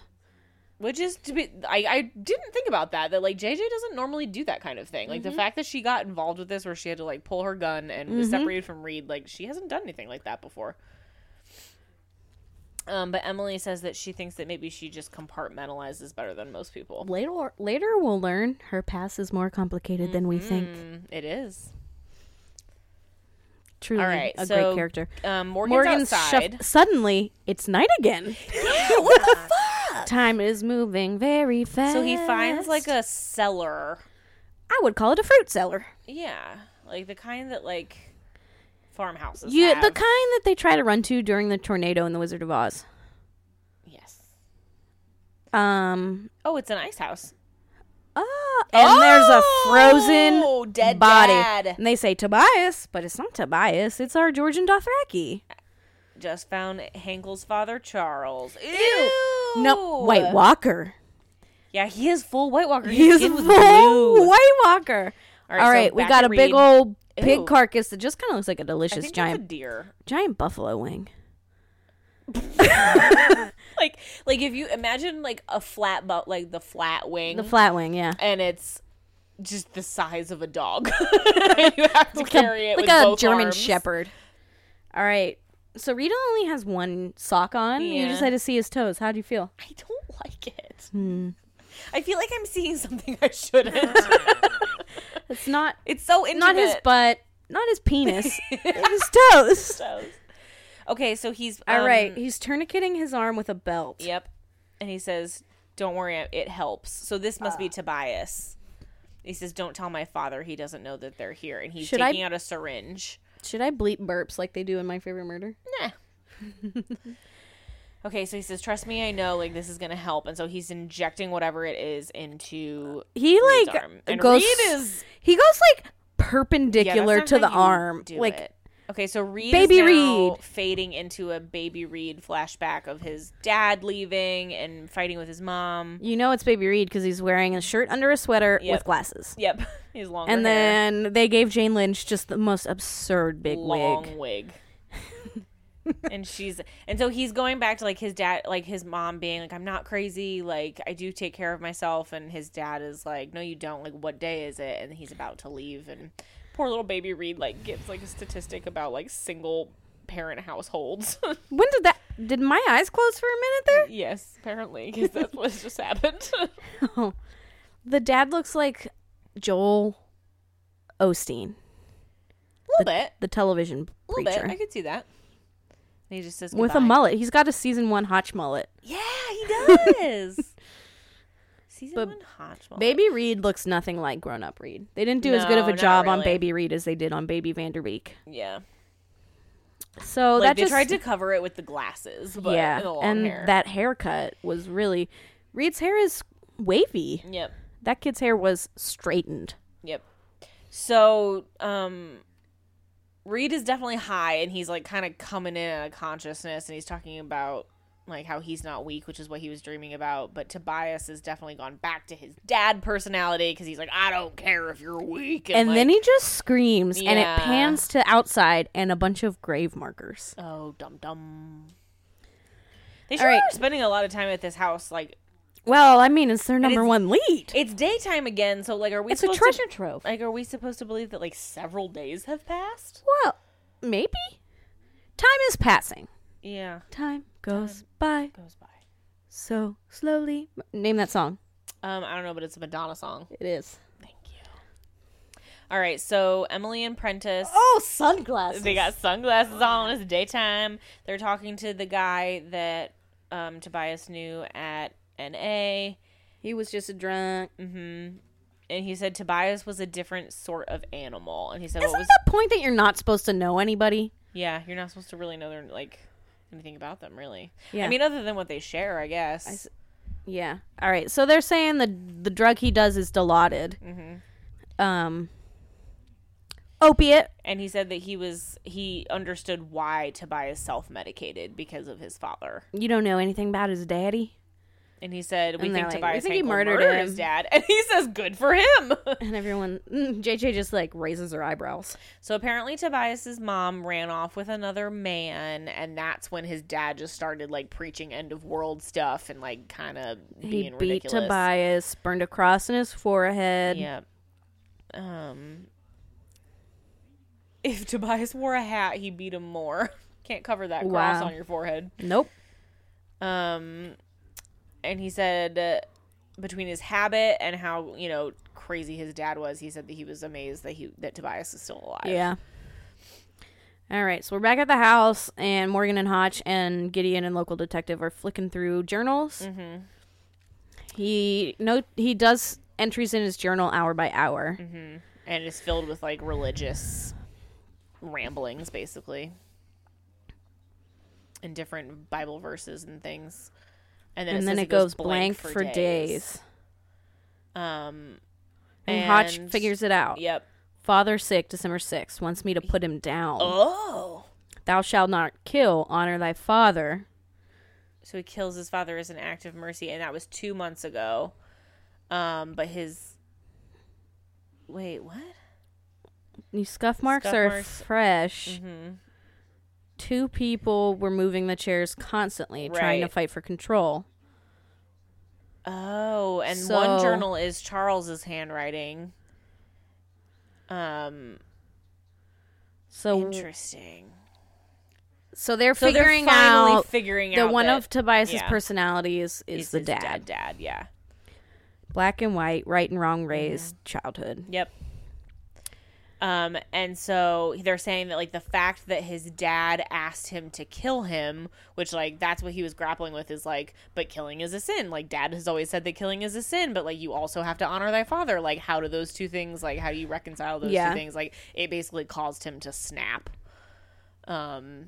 Speaker 2: which is to be I, I didn't think about that that like jj doesn't normally do that kind of thing
Speaker 3: Mm-hmm.
Speaker 2: like the fact that she got involved with this where she had to like pull her gun and was
Speaker 3: Mm-hmm.
Speaker 2: separated from reed like she hasn't done anything like that before um but emily says that she thinks that maybe she just compartmentalizes better than most people
Speaker 3: Later, later we'll learn her past is more complicated than we think.
Speaker 2: Mm, it is
Speaker 3: Truly,
Speaker 2: all right
Speaker 3: Hmm, a
Speaker 2: so,
Speaker 3: great character.
Speaker 2: um morgan's,
Speaker 3: Morgan's
Speaker 2: outside
Speaker 3: shuff- suddenly it's night
Speaker 2: <laughs>
Speaker 3: again. <laughs>
Speaker 2: what the fuck?
Speaker 3: Time is moving very fast.
Speaker 2: so he finds like a cellar
Speaker 3: I would call it a fruit cellar.
Speaker 2: yeah like the kind that like farmhouses
Speaker 3: You, the
Speaker 2: have.
Speaker 3: kind that they try to run to during the tornado in the Wizard of Oz.
Speaker 2: yes
Speaker 3: Um,
Speaker 2: oh it's an ice house
Speaker 3: ah, and there's a frozen
Speaker 2: Oh, dead
Speaker 3: body,
Speaker 2: dad.
Speaker 3: and they say Tobias, but it's not Tobias. It's our Georgian Dothraki.
Speaker 2: Just found Hankel's father, Charles. Ew. Oh.
Speaker 3: No, White Walker.
Speaker 2: Yeah, he is full White Walker.
Speaker 3: He is <laughs>
Speaker 2: His skin was
Speaker 3: full
Speaker 2: blue.
Speaker 3: White Walker. All
Speaker 2: right,
Speaker 3: right,
Speaker 2: so
Speaker 3: we
Speaker 2: back
Speaker 3: got
Speaker 2: to
Speaker 3: a big
Speaker 2: Reed.
Speaker 3: old pig
Speaker 2: Ew.
Speaker 3: carcass that just kind of looks like a
Speaker 2: I
Speaker 3: delicious
Speaker 2: think that's a
Speaker 3: giant
Speaker 2: deer.
Speaker 3: giant buffalo wing.
Speaker 2: Like, like if you imagine like a flat, but like the flat wing,
Speaker 3: The flat wing, yeah.
Speaker 2: and it's just the size of a
Speaker 3: <laughs>
Speaker 2: dog. <laughs> you have to carry it
Speaker 3: like
Speaker 2: with
Speaker 3: a
Speaker 2: both
Speaker 3: German
Speaker 2: arms.
Speaker 3: Shepherd. All right. So Rita only has one sock on. You
Speaker 2: Yeah.
Speaker 3: just had to see his toes. How do you feel?
Speaker 2: I don't like it.
Speaker 3: Hmm.
Speaker 2: I feel like I'm seeing something I shouldn't.
Speaker 3: It's not
Speaker 2: it's so intimate.
Speaker 3: not his butt, not
Speaker 2: <laughs>
Speaker 3: his penis, his toes.
Speaker 2: Okay, so he's
Speaker 3: All
Speaker 2: um,
Speaker 3: right. He's tourniqueting his arm with a belt.
Speaker 2: Yep. And he says, "Don't worry, it helps." So this must be
Speaker 3: Ah.
Speaker 2: Tobias. He says, "Don't tell my father; he doesn't know that they're here." And he's
Speaker 3: Should I-
Speaker 2: taking out a syringe.
Speaker 3: Should I bleep burps like they do in My Favorite Murder?
Speaker 2: Nah. <laughs> okay, so he says, "Trust me, I know. Like this is gonna help." And so he's injecting whatever it is into.
Speaker 3: He
Speaker 2: Reed's
Speaker 3: like
Speaker 2: arm. And
Speaker 3: goes
Speaker 2: Reed is-
Speaker 3: he goes like
Speaker 2: Yeah,
Speaker 3: perpendicular
Speaker 2: that's
Speaker 3: to
Speaker 2: not
Speaker 3: the
Speaker 2: how you
Speaker 3: arm.
Speaker 2: do
Speaker 3: Like
Speaker 2: it. Okay, so Reed
Speaker 3: Baby
Speaker 2: is now
Speaker 3: Reed.
Speaker 2: fading into a baby Reed flashback of his dad leaving and fighting with his mom.
Speaker 3: you know it's Baby Reed because he's wearing a shirt under a sweater
Speaker 2: Yep.
Speaker 3: with glasses.
Speaker 2: Yep, <laughs> his long
Speaker 3: And then they gave Jane Lynch just the most absurd big
Speaker 2: long
Speaker 3: wig.
Speaker 2: wig. <laughs> and she's and so he's going back to like his dad like his mom being like I'm not crazy like I do take care of myself and his dad is like no you don't like what day is it and he's about to leave and poor little baby Reed like gives like a statistic about like single parent households <laughs>
Speaker 3: When did that? Did my eyes close for a minute
Speaker 2: yes apparently because that's what's just happened <laughs>
Speaker 3: there? Oh. The dad looks like Joel Osteen,
Speaker 2: a little bit
Speaker 3: the television
Speaker 2: a little bit I
Speaker 3: preacher,
Speaker 2: could see that and he just says
Speaker 3: with a
Speaker 2: "Goodbye."
Speaker 3: mullet. He's got a season one Hotch mullet.
Speaker 2: yeah he
Speaker 3: <laughs>
Speaker 2: does season
Speaker 3: But
Speaker 2: one Hodge
Speaker 3: Baby Reed looks nothing like grown up Reed. They didn't do as good of
Speaker 2: No,
Speaker 3: a
Speaker 2: not
Speaker 3: job on
Speaker 2: really.
Speaker 3: Baby Reed as they did on Baby Vanderbeek.
Speaker 2: yeah
Speaker 3: So
Speaker 2: like
Speaker 3: that
Speaker 2: they
Speaker 3: just
Speaker 2: tried to cover it with the glasses, but
Speaker 3: <laughs> yeah,
Speaker 2: and the long
Speaker 3: and
Speaker 2: hair.
Speaker 3: that haircut was really Reed's hair is wavy.
Speaker 2: yep,
Speaker 3: That kid's hair was straightened.
Speaker 2: yep. So, um, Reed is definitely high, and he's like kind of coming in out of consciousness, and he's talking about like how he's not weak, which is what he was dreaming about. But Tobias has definitely gone back to his dad personality because he's like, I don't care if you're weak,
Speaker 3: And then
Speaker 2: like,
Speaker 3: he just screams, and
Speaker 2: Yeah.
Speaker 3: it pans to outside and a bunch of grave markers.
Speaker 2: oh dum dum. They
Speaker 3: All
Speaker 2: sure
Speaker 3: right.
Speaker 2: are spending a lot of time at this house, like
Speaker 3: Well, I mean, it's their number
Speaker 2: it's-
Speaker 3: one lead.
Speaker 2: It's daytime again, so like, are we?
Speaker 3: It's a
Speaker 2: supposed
Speaker 3: treasure
Speaker 2: To,
Speaker 3: trove.
Speaker 2: like, are we supposed to believe that like several days have passed?
Speaker 3: Well, maybe. Time is passing.
Speaker 2: Yeah,
Speaker 3: Time goes by
Speaker 2: goes by.
Speaker 3: so slowly. Name that song.
Speaker 2: Um, I don't know, but it's a Madonna song.
Speaker 3: It is.
Speaker 2: Thank you. All right, so Emily and Prentice.
Speaker 3: Oh, sunglasses.
Speaker 2: They got sunglasses on. It's daytime. They're talking to the guy that um, Tobias knew at NA.
Speaker 3: He was just a drunk.
Speaker 2: And he said Tobias was a different sort of animal. And he said,
Speaker 3: Isn't
Speaker 2: what was.
Speaker 3: the point that you're not supposed to know anybody?
Speaker 2: Yeah, you're not supposed to really know their, like, anything about them, really.
Speaker 3: Yeah.
Speaker 2: I mean, other than what they share, I guess.
Speaker 3: s- Yeah. All right. So they're saying the the drug he does is dilaudid. Um. Opiate.
Speaker 2: and he said that he was. He understood why Tobias self medicated because of his father.
Speaker 3: You don't know anything about his daddy.
Speaker 2: And he said, We
Speaker 3: And they're
Speaker 2: think
Speaker 3: like, "We
Speaker 2: Tobias
Speaker 3: think he
Speaker 2: Hankel
Speaker 3: murdered
Speaker 2: murdered his
Speaker 3: him."
Speaker 2: dad. <laughs> And he says, Good for him. <laughs>
Speaker 3: And everyone, mm, JJ just like raises her eyebrows.
Speaker 2: So apparently Tobias's mom ran off with another man and that's when his dad just started like preaching end of world stuff and like kind of
Speaker 3: He
Speaker 2: being
Speaker 3: beat
Speaker 2: ridiculous.
Speaker 3: Tobias, burned a cross in his forehead.
Speaker 2: Yeah. Um if Tobias wore a hat, he beat him more. <laughs> Can't cover that cross
Speaker 3: Wow.
Speaker 2: on your forehead.
Speaker 3: Nope.
Speaker 2: Um and he said uh, between his habit and how, you know, crazy his dad was, he said that he was amazed that he that Tobias is still alive.
Speaker 3: Yeah. All right, so we're back at the house, and Morgan and Hotch and Gideon and local detective are flicking through journals. Mm-hmm. He no, he does entries in his journal hour by hour.
Speaker 2: and it's filled with like religious ramblings basically and different bible verses and things and then,
Speaker 3: and then
Speaker 2: says
Speaker 3: it goes blank, for days.
Speaker 2: um
Speaker 3: And, Hotch
Speaker 2: And-
Speaker 3: figures it out.
Speaker 2: yep
Speaker 3: Father sick, December 6th, wants me to put him down.
Speaker 2: oh
Speaker 3: Thou shalt not kill, honor thy father.
Speaker 2: so he kills his father as an act of mercy and that was two months ago um but his wait what
Speaker 3: These scuff marks
Speaker 2: Scuff
Speaker 3: are
Speaker 2: marks-
Speaker 3: fresh. Two people were moving the chairs constantly, trying to
Speaker 2: Right.
Speaker 3: fight for control.
Speaker 2: oh and one
Speaker 3: So-
Speaker 2: journal is charles's handwriting um
Speaker 3: So,
Speaker 2: interesting
Speaker 3: so they're
Speaker 2: So they're
Speaker 3: figuring
Speaker 2: finally
Speaker 3: out
Speaker 2: figuring
Speaker 3: the
Speaker 2: out
Speaker 3: one
Speaker 2: that
Speaker 3: of Tobias's
Speaker 2: yeah.
Speaker 3: personality is is
Speaker 2: it's
Speaker 3: the
Speaker 2: his
Speaker 3: dad.
Speaker 2: dead dad, yeah.
Speaker 3: Black and white, right and wrong raised, childhood.
Speaker 2: Yep. Um, and so they're saying that like the fact that his dad asked him to kill him, which like that's what he was grappling with, is like, but killing is a sin. Like dad has always said that killing is a sin, but like you also have to honor thy father. Like how do those two things like how do you reconcile those
Speaker 3: Yeah.
Speaker 2: two things? Like it basically caused him to snap. Um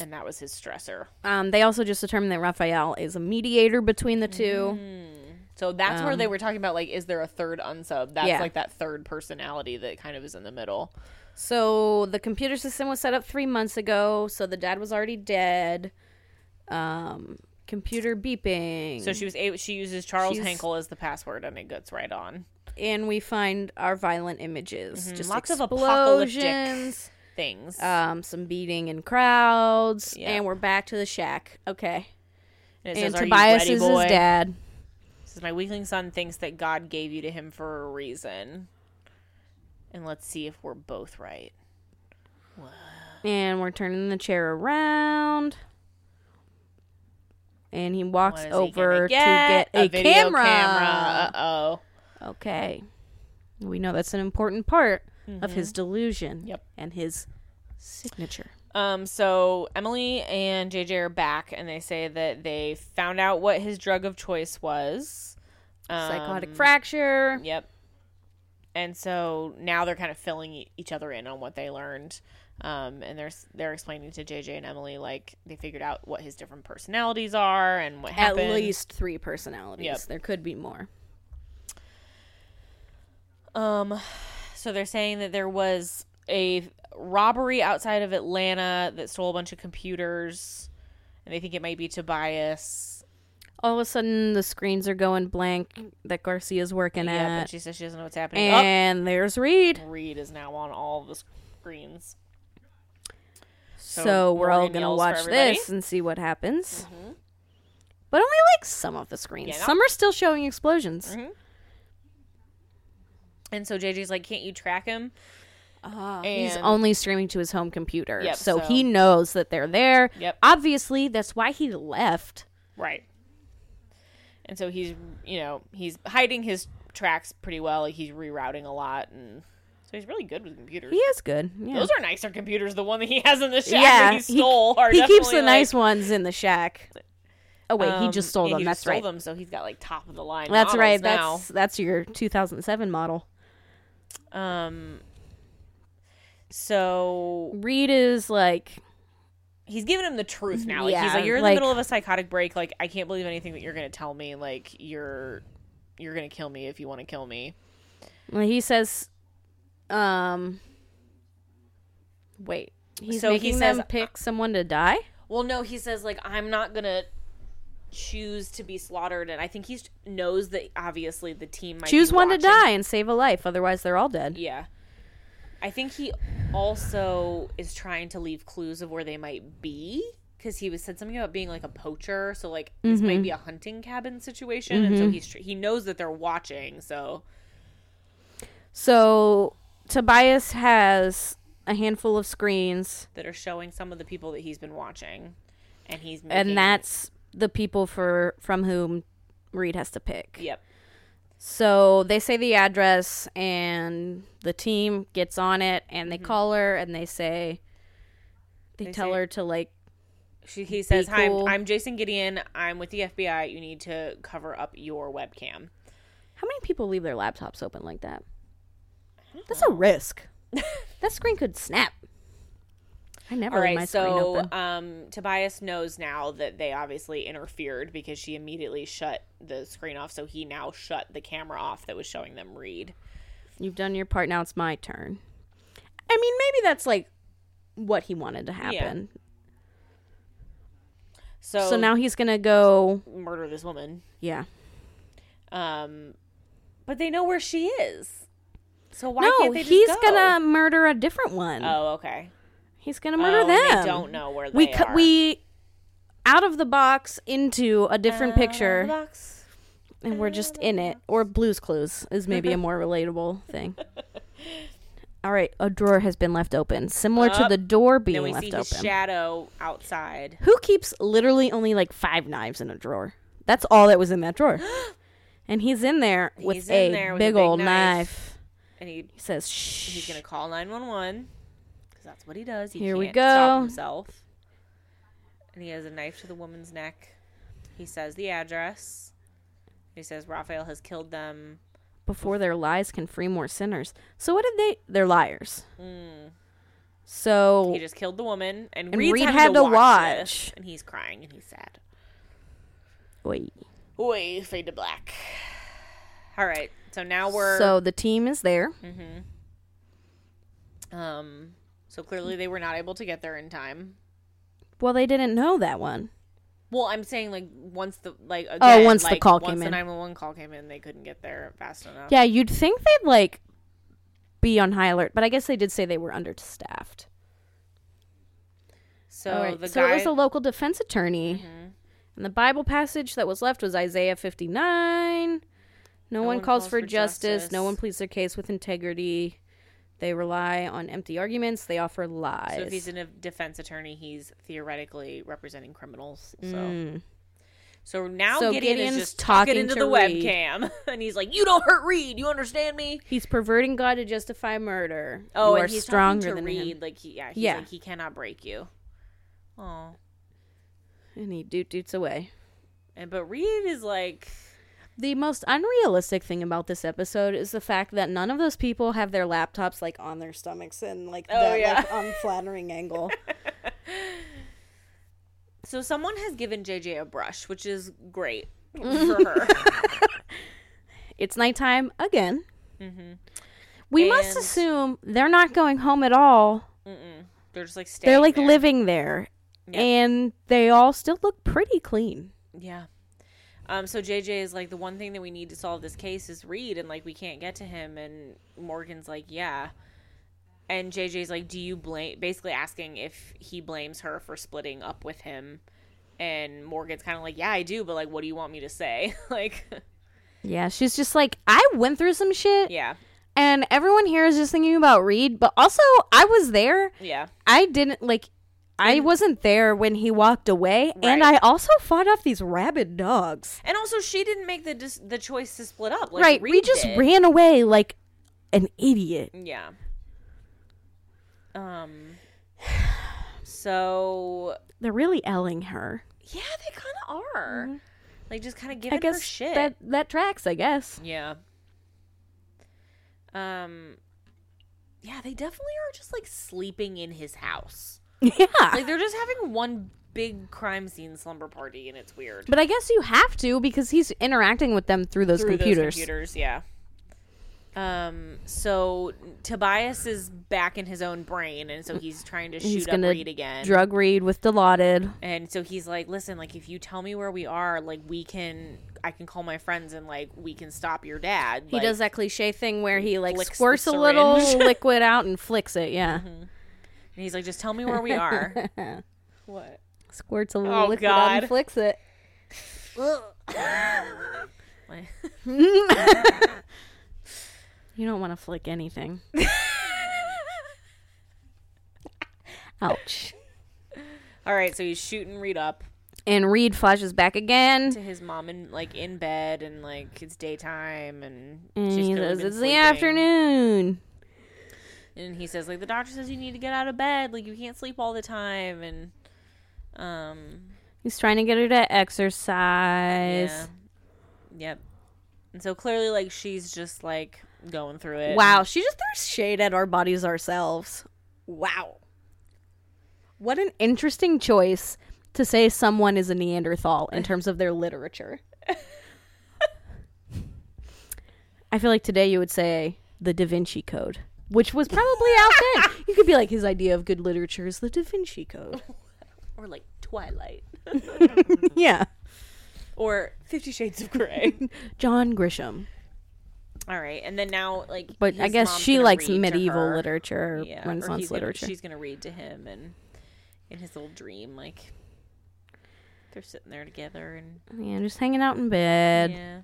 Speaker 2: and that was his stressor.
Speaker 3: Um, they also just determined that Raphael is a mediator between the two.
Speaker 2: Mm. So that's where they were talking about like, is there a third unsub? That's
Speaker 3: Um, Yeah.
Speaker 2: like that third personality that kind of is in the middle.
Speaker 3: So the computer system was set up three months ago. So the dad was already dead. Um, computer beeping.
Speaker 2: So she was able. She uses Charles
Speaker 3: She's-
Speaker 2: Hankel as the password, and it gets right on.
Speaker 3: and we find our violent images, just
Speaker 2: Mm-hmm. Lots of apocalyptic
Speaker 3: explosions,
Speaker 2: things.
Speaker 3: um, some beating in crowds,
Speaker 2: Yeah.
Speaker 3: and we're back to the shack. Okay,
Speaker 2: and it
Speaker 3: and
Speaker 2: says, "Are you
Speaker 3: Tobias
Speaker 2: ready,
Speaker 3: is
Speaker 2: boy?"
Speaker 3: his dad.
Speaker 2: It says, "My weakling son thinks that God gave you to him for a reason, and let's see if we're both right."
Speaker 3: And we're turning the chair around. And he walks
Speaker 2: What is he gonna
Speaker 3: over to get a,
Speaker 2: video
Speaker 3: camera.
Speaker 2: camera. Uh oh.
Speaker 3: Okay. We know that's an important part of his delusion
Speaker 2: Mm-hmm. Yep.
Speaker 3: and his signature.
Speaker 2: Um, so Emily and JJ are back, and they say that they found out what his drug of choice was. Um,
Speaker 3: Psychotic fracture.
Speaker 2: Yep. And so now they're kind of filling e- each other in on what they learned. Um, and they're s- they're explaining to JJ and Emily like they figured out what his different personalities are and what
Speaker 3: At
Speaker 2: happened.
Speaker 3: least three personalities.
Speaker 2: Yep.
Speaker 3: There could be more.
Speaker 2: Um, so they're saying that there was a robbery outside of Atlanta that stole a bunch of computers, and they think it might be Tobias.
Speaker 3: All of a sudden, the screens are going blank that Garcia's working
Speaker 2: Yeah, but
Speaker 3: at.
Speaker 2: she says she doesn't know what's happening. Oh,
Speaker 3: And there's Reed.
Speaker 2: Reed is now on all the screens.
Speaker 3: So,
Speaker 2: So
Speaker 3: we're all
Speaker 2: Morgan
Speaker 3: going to
Speaker 2: yells for
Speaker 3: watch
Speaker 2: everybody. Mm-hmm.
Speaker 3: this and see what happens. but only like some of the screens.
Speaker 2: Yeah, not- Mm-hmm.
Speaker 3: Some are still showing explosions.
Speaker 2: And so JJ's like, can't you track him?
Speaker 3: Ah,
Speaker 2: And-
Speaker 3: he's only streaming to his home computer,
Speaker 2: Yep,
Speaker 3: so,
Speaker 2: so-
Speaker 3: he knows that they're there.
Speaker 2: Yep.
Speaker 3: Obviously, that's why he left.
Speaker 2: Right. And so he's, you know, he's hiding his tracks pretty well. Like he's rerouting a lot, and so he's really good with computers.
Speaker 3: He is good. Yeah.
Speaker 2: Those are nicer computers. The one that he <laughs> has in the shack
Speaker 3: yeah.
Speaker 2: that he stole. are
Speaker 3: he keeps the
Speaker 2: definitely,
Speaker 3: nice
Speaker 2: like-
Speaker 3: ones in the shack. Oh wait, he
Speaker 2: Um,
Speaker 3: just stole
Speaker 2: yeah,
Speaker 3: them.
Speaker 2: He
Speaker 3: that's
Speaker 2: just stole
Speaker 3: right.
Speaker 2: Them, so he's got like top of the line.
Speaker 3: That's right.
Speaker 2: models
Speaker 3: That's that's your 2007 model.
Speaker 2: now. um. So
Speaker 3: Reed is like
Speaker 2: he's giving him the truth now. Like he's
Speaker 3: Yeah,
Speaker 2: like, you're in
Speaker 3: like-
Speaker 2: the middle of a psychotic break. Like I can't believe anything that you're gonna tell me. Like you're, you're gonna kill me if you want to kill me.
Speaker 3: well, he says, um, wait. He's
Speaker 2: So he
Speaker 3: making them
Speaker 2: says-
Speaker 3: pick someone to die.
Speaker 2: Well, no, he says like I'm not gonna choose to be slaughtered, and I think he knows that obviously the team might
Speaker 3: Choose
Speaker 2: be
Speaker 3: one to
Speaker 2: watching.
Speaker 3: die and save a life. Otherwise, they're all dead.
Speaker 2: Yeah, I think he also is trying to leave clues of where they might be because he was said something about being like a poacher, so like this might
Speaker 3: Mm-hmm.
Speaker 2: be a hunting cabin situation, and so he's tr- he knows that they're watching, so.
Speaker 3: So Tobias has a handful of screens,
Speaker 2: that are showing some of the people that he's been watching, and he's making,
Speaker 3: and that's the people for from whom Reed has to pick.
Speaker 2: yep
Speaker 3: So they say the address, and the team gets on it, and they call her, and they say,
Speaker 2: Mm-hmm.
Speaker 3: they,
Speaker 2: They
Speaker 3: tell
Speaker 2: say-
Speaker 3: her to like,
Speaker 2: she, he says hi I'm-
Speaker 3: cool.
Speaker 2: I'm, Jason Gideon I'm with the FBI you need to cover up your webcam
Speaker 3: how many people leave their laptops open like that? That's a risk. <laughs> that screen could snap. I never
Speaker 2: all
Speaker 3: leave Oh, my
Speaker 2: right
Speaker 3: screen
Speaker 2: so
Speaker 3: open.
Speaker 2: um, Tobias knows now that they obviously interfered because she immediately shut the screen off so he now shut the camera off that was showing them read
Speaker 3: You've done your part. Now it's my turn. I mean, maybe that's like what he wanted to happen.
Speaker 2: so
Speaker 3: So now he's gonna go.
Speaker 2: murder this woman
Speaker 3: Yeah.
Speaker 2: um but they know where she is so why
Speaker 3: no,
Speaker 2: can't they just
Speaker 3: he's
Speaker 2: go?
Speaker 3: gonna murder a different one.
Speaker 2: oh okay
Speaker 3: He's gonna murder
Speaker 2: oh,
Speaker 3: them.
Speaker 2: they don't know where they
Speaker 3: we cu-
Speaker 2: are.
Speaker 3: we out of the box into a different
Speaker 2: Uh,
Speaker 3: picture
Speaker 2: box.
Speaker 3: and we're just in it or blues clues is maybe a more relatable
Speaker 2: <laughs>
Speaker 3: thing all right a drawer has been left open similar to
Speaker 2: Up.
Speaker 3: the door
Speaker 2: Then
Speaker 3: being
Speaker 2: we
Speaker 3: left
Speaker 2: see
Speaker 3: open
Speaker 2: his shadow outside.
Speaker 3: who keeps literally only like five knives in a drawer that's all that was in that
Speaker 2: <gasps>
Speaker 3: drawer and he's in there with,
Speaker 2: He's
Speaker 3: a,
Speaker 2: in there with a
Speaker 3: big
Speaker 2: big
Speaker 3: old
Speaker 2: knife.
Speaker 3: knife.
Speaker 2: And he
Speaker 3: he says shh
Speaker 2: he's gonna call nine one one because that's what he does. He
Speaker 3: Here
Speaker 2: can't
Speaker 3: we
Speaker 2: stop
Speaker 3: go.
Speaker 2: himself. And he has a knife to the woman's neck. He says the address. He says Raphael has killed them.
Speaker 3: before their lies can free more sinners so what did they they're liars so
Speaker 2: Hmm. He just killed the woman, and,
Speaker 3: And
Speaker 2: Reed's
Speaker 3: Reed
Speaker 2: having
Speaker 3: had to
Speaker 2: this,
Speaker 3: watch.
Speaker 2: and he's crying and he's sad.
Speaker 3: wait
Speaker 2: Oy, fade to black. All right, so now we're
Speaker 3: So the team is there.
Speaker 2: Hmm. um. So clearly they were not able to get there in time.
Speaker 3: Well, they didn't know that one.
Speaker 2: Well, I'm saying like once the like again,
Speaker 3: Oh, once the
Speaker 2: like,
Speaker 3: call
Speaker 2: once
Speaker 3: came
Speaker 2: the
Speaker 3: in.
Speaker 2: 911 call came in, they couldn't get there fast enough.
Speaker 3: Yeah, you'd think they'd like be on high alert, but I guess they did say they were understaffed.
Speaker 2: So
Speaker 3: All right,
Speaker 2: the
Speaker 3: so
Speaker 2: guy Mm-hmm.
Speaker 3: it was a local defense attorney, and the Bible passage that was left was Isaiah fifty nine. No, one, calls, for, justice. No
Speaker 2: justice.
Speaker 3: one pleads their case with integrity. They rely on empty arguments. They offer lies.
Speaker 2: so if he's a defense attorney, he's theoretically representing criminals. So so now
Speaker 3: Mm. So
Speaker 2: Gideon
Speaker 3: Gideon's
Speaker 2: is just talking,
Speaker 3: talking
Speaker 2: into
Speaker 3: to
Speaker 2: the
Speaker 3: Reed.
Speaker 2: webcam, <laughs> and he's like, "You don't hurt Reed. You understand me?"
Speaker 3: He's perverting God to justify murder.
Speaker 2: Oh,
Speaker 3: you
Speaker 2: and
Speaker 3: are
Speaker 2: he's talking
Speaker 3: stronger
Speaker 2: to
Speaker 3: than him.
Speaker 2: Reed. Like he, yeah, he's
Speaker 3: Yeah.
Speaker 2: like he cannot break you. Oh,
Speaker 3: And he doot doots away.
Speaker 2: and but Reed is like,
Speaker 3: The most unrealistic thing about this episode is the fact that none of those people have their laptops like on their stomachs and like that
Speaker 2: Oh, yeah.
Speaker 3: like unflattering angle. <laughs>
Speaker 2: so someone has given JJ a brush, which is
Speaker 3: <laughs>
Speaker 2: great for her.
Speaker 3: It's nighttime again. We
Speaker 2: Mm-hmm.
Speaker 3: must
Speaker 2: And-
Speaker 3: assume they're not going home at all.
Speaker 2: They're just like staying.
Speaker 3: They're like
Speaker 2: there.
Speaker 3: living there, and they all still look pretty clean.
Speaker 2: Yeah. Um, so JJ is like the one thing that we need to solve this case is Reed, and like we can't get to him. And Morgan's like, yeah. And JJ's like, do you blame? Basically asking if he blames her for splitting up with him. And Morgan's kind of like, yeah, I do, but like, what do you want me to say? <laughs> like,
Speaker 3: Yeah, she's just like, I went through some shit,
Speaker 2: yeah,
Speaker 3: and everyone here is just thinking about Reed, but also I was there.
Speaker 2: yeah,
Speaker 3: I didn't like. I wasn't there when he walked away, and
Speaker 2: Right.
Speaker 3: I also fought off these rabid dogs.
Speaker 2: and also she didn't make the dis- the choice to split up. Like,
Speaker 3: right, we
Speaker 2: Reed
Speaker 3: just
Speaker 2: did.
Speaker 3: ran away like an idiot.
Speaker 2: Yeah. Um. <sighs> So
Speaker 3: They're really elling her.
Speaker 2: yeah, they kind of are. Like just kind of
Speaker 3: Mm-hmm. I
Speaker 2: giving her
Speaker 3: guess
Speaker 2: shit.
Speaker 3: that that tracks. I guess. <laughs>
Speaker 2: Yeah. Um. Yeah, they definitely are just like sleeping in his house.
Speaker 3: Yeah,
Speaker 2: Like they're just having one big crime scene slumber party, and it's weird.
Speaker 3: but I guess you have to because he's interacting with them through those
Speaker 2: through Those
Speaker 3: computers.
Speaker 2: computers, yeah. Um. So Tobias is back in his own brain, and so he's trying to
Speaker 3: He's
Speaker 2: shoot up
Speaker 3: gonna
Speaker 2: Reed again.
Speaker 3: drug Reed with Dilaudid.
Speaker 2: and so he's like, "Listen, like if you tell me where we are, like we can, I can call my friends, and like we can stop your dad."
Speaker 3: He does that cliche thing where he like
Speaker 2: flicks the
Speaker 3: squirts a <laughs> little
Speaker 2: syringe.
Speaker 3: liquid out and flicks it. Yeah,
Speaker 2: And he's like, "Just tell me where
Speaker 3: <laughs>
Speaker 2: we are." what?
Speaker 3: squirts a little
Speaker 2: Oh,
Speaker 3: liquid out and
Speaker 2: God.
Speaker 3: flicks it. You don't want to flick anything. <laughs> Ouch.
Speaker 2: All right, so he's shooting Reed up
Speaker 3: And Reed flashes back
Speaker 2: to
Speaker 3: again.
Speaker 2: his mom and like in bed, and like it's daytime, and,
Speaker 3: And
Speaker 2: she's
Speaker 3: he
Speaker 2: clearly
Speaker 3: says,
Speaker 2: been
Speaker 3: It's the
Speaker 2: sleeping."
Speaker 3: afternoon.
Speaker 2: And he says, like the doctor says you need to get out of bed, like you can't sleep all the time, and um,
Speaker 3: He's trying to get her to exercise.
Speaker 2: yeah, yep. And so clearly, like she's just like going through it.
Speaker 3: Wow, she just throws shade at our bodies ourselves. Wow. What an interesting choice to say someone is a Neanderthal in terms of their literature. I feel like today you would say the Da Vinci Code, which was probably out then. You could be like, his idea of good literature is the Da
Speaker 2: <laughs>
Speaker 3: Vinci Code.
Speaker 2: Or like Twilight,
Speaker 3: yeah.
Speaker 2: or Fifty Shades of Grey.
Speaker 3: John Grisham.
Speaker 2: all right, and then now like,
Speaker 3: But I
Speaker 2: his
Speaker 3: guess
Speaker 2: mom's
Speaker 3: she
Speaker 2: gonna
Speaker 3: likes
Speaker 2: read to
Speaker 3: medieval
Speaker 2: her.
Speaker 3: literature,
Speaker 2: Yeah, or he's
Speaker 3: Renaissance
Speaker 2: gonna-
Speaker 3: literature.
Speaker 2: she's gonna read to him, and in his little dream, like they're sitting there together, and
Speaker 3: yeah, just hanging out in bed.
Speaker 2: yeah,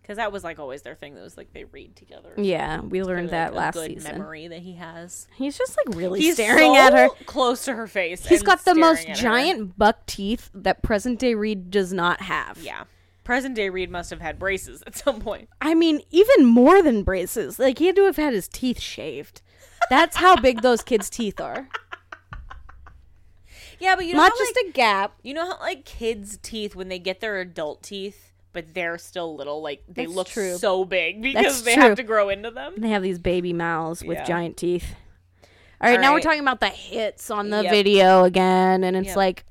Speaker 2: because that was like always their thing. That was like they read together.
Speaker 3: Yeah, we learned
Speaker 2: Like,
Speaker 3: that
Speaker 2: a
Speaker 3: last
Speaker 2: good
Speaker 3: season.
Speaker 2: memory that he has.
Speaker 3: He's just like really staring at her.
Speaker 2: close to her face.
Speaker 3: He's
Speaker 2: and
Speaker 3: got the
Speaker 2: staring
Speaker 3: most
Speaker 2: at her.
Speaker 3: giant buck teeth that present day Reed does not have.
Speaker 2: Yeah, present day Reed must have had braces at some point.
Speaker 3: I mean, even more than braces. Like he had to have had his teeth shaved. That's how big those kids' teeth are.
Speaker 2: Yeah, but <laughs> you know,
Speaker 3: Not
Speaker 2: how,
Speaker 3: just
Speaker 2: like,
Speaker 3: a gap.
Speaker 2: you know how like kids' teeth when they get their adult teeth, but they're still little. Like they
Speaker 3: That's
Speaker 2: look
Speaker 3: true.
Speaker 2: so big because
Speaker 3: That's
Speaker 2: they
Speaker 3: true.
Speaker 2: have to grow into them.
Speaker 3: And they have these baby mouths with
Speaker 2: Yeah.
Speaker 3: giant teeth. All right,
Speaker 2: All
Speaker 3: now we're
Speaker 2: right.
Speaker 3: talking about the hits on the
Speaker 2: Yep.
Speaker 3: video again, and it's
Speaker 2: Yep.
Speaker 3: like,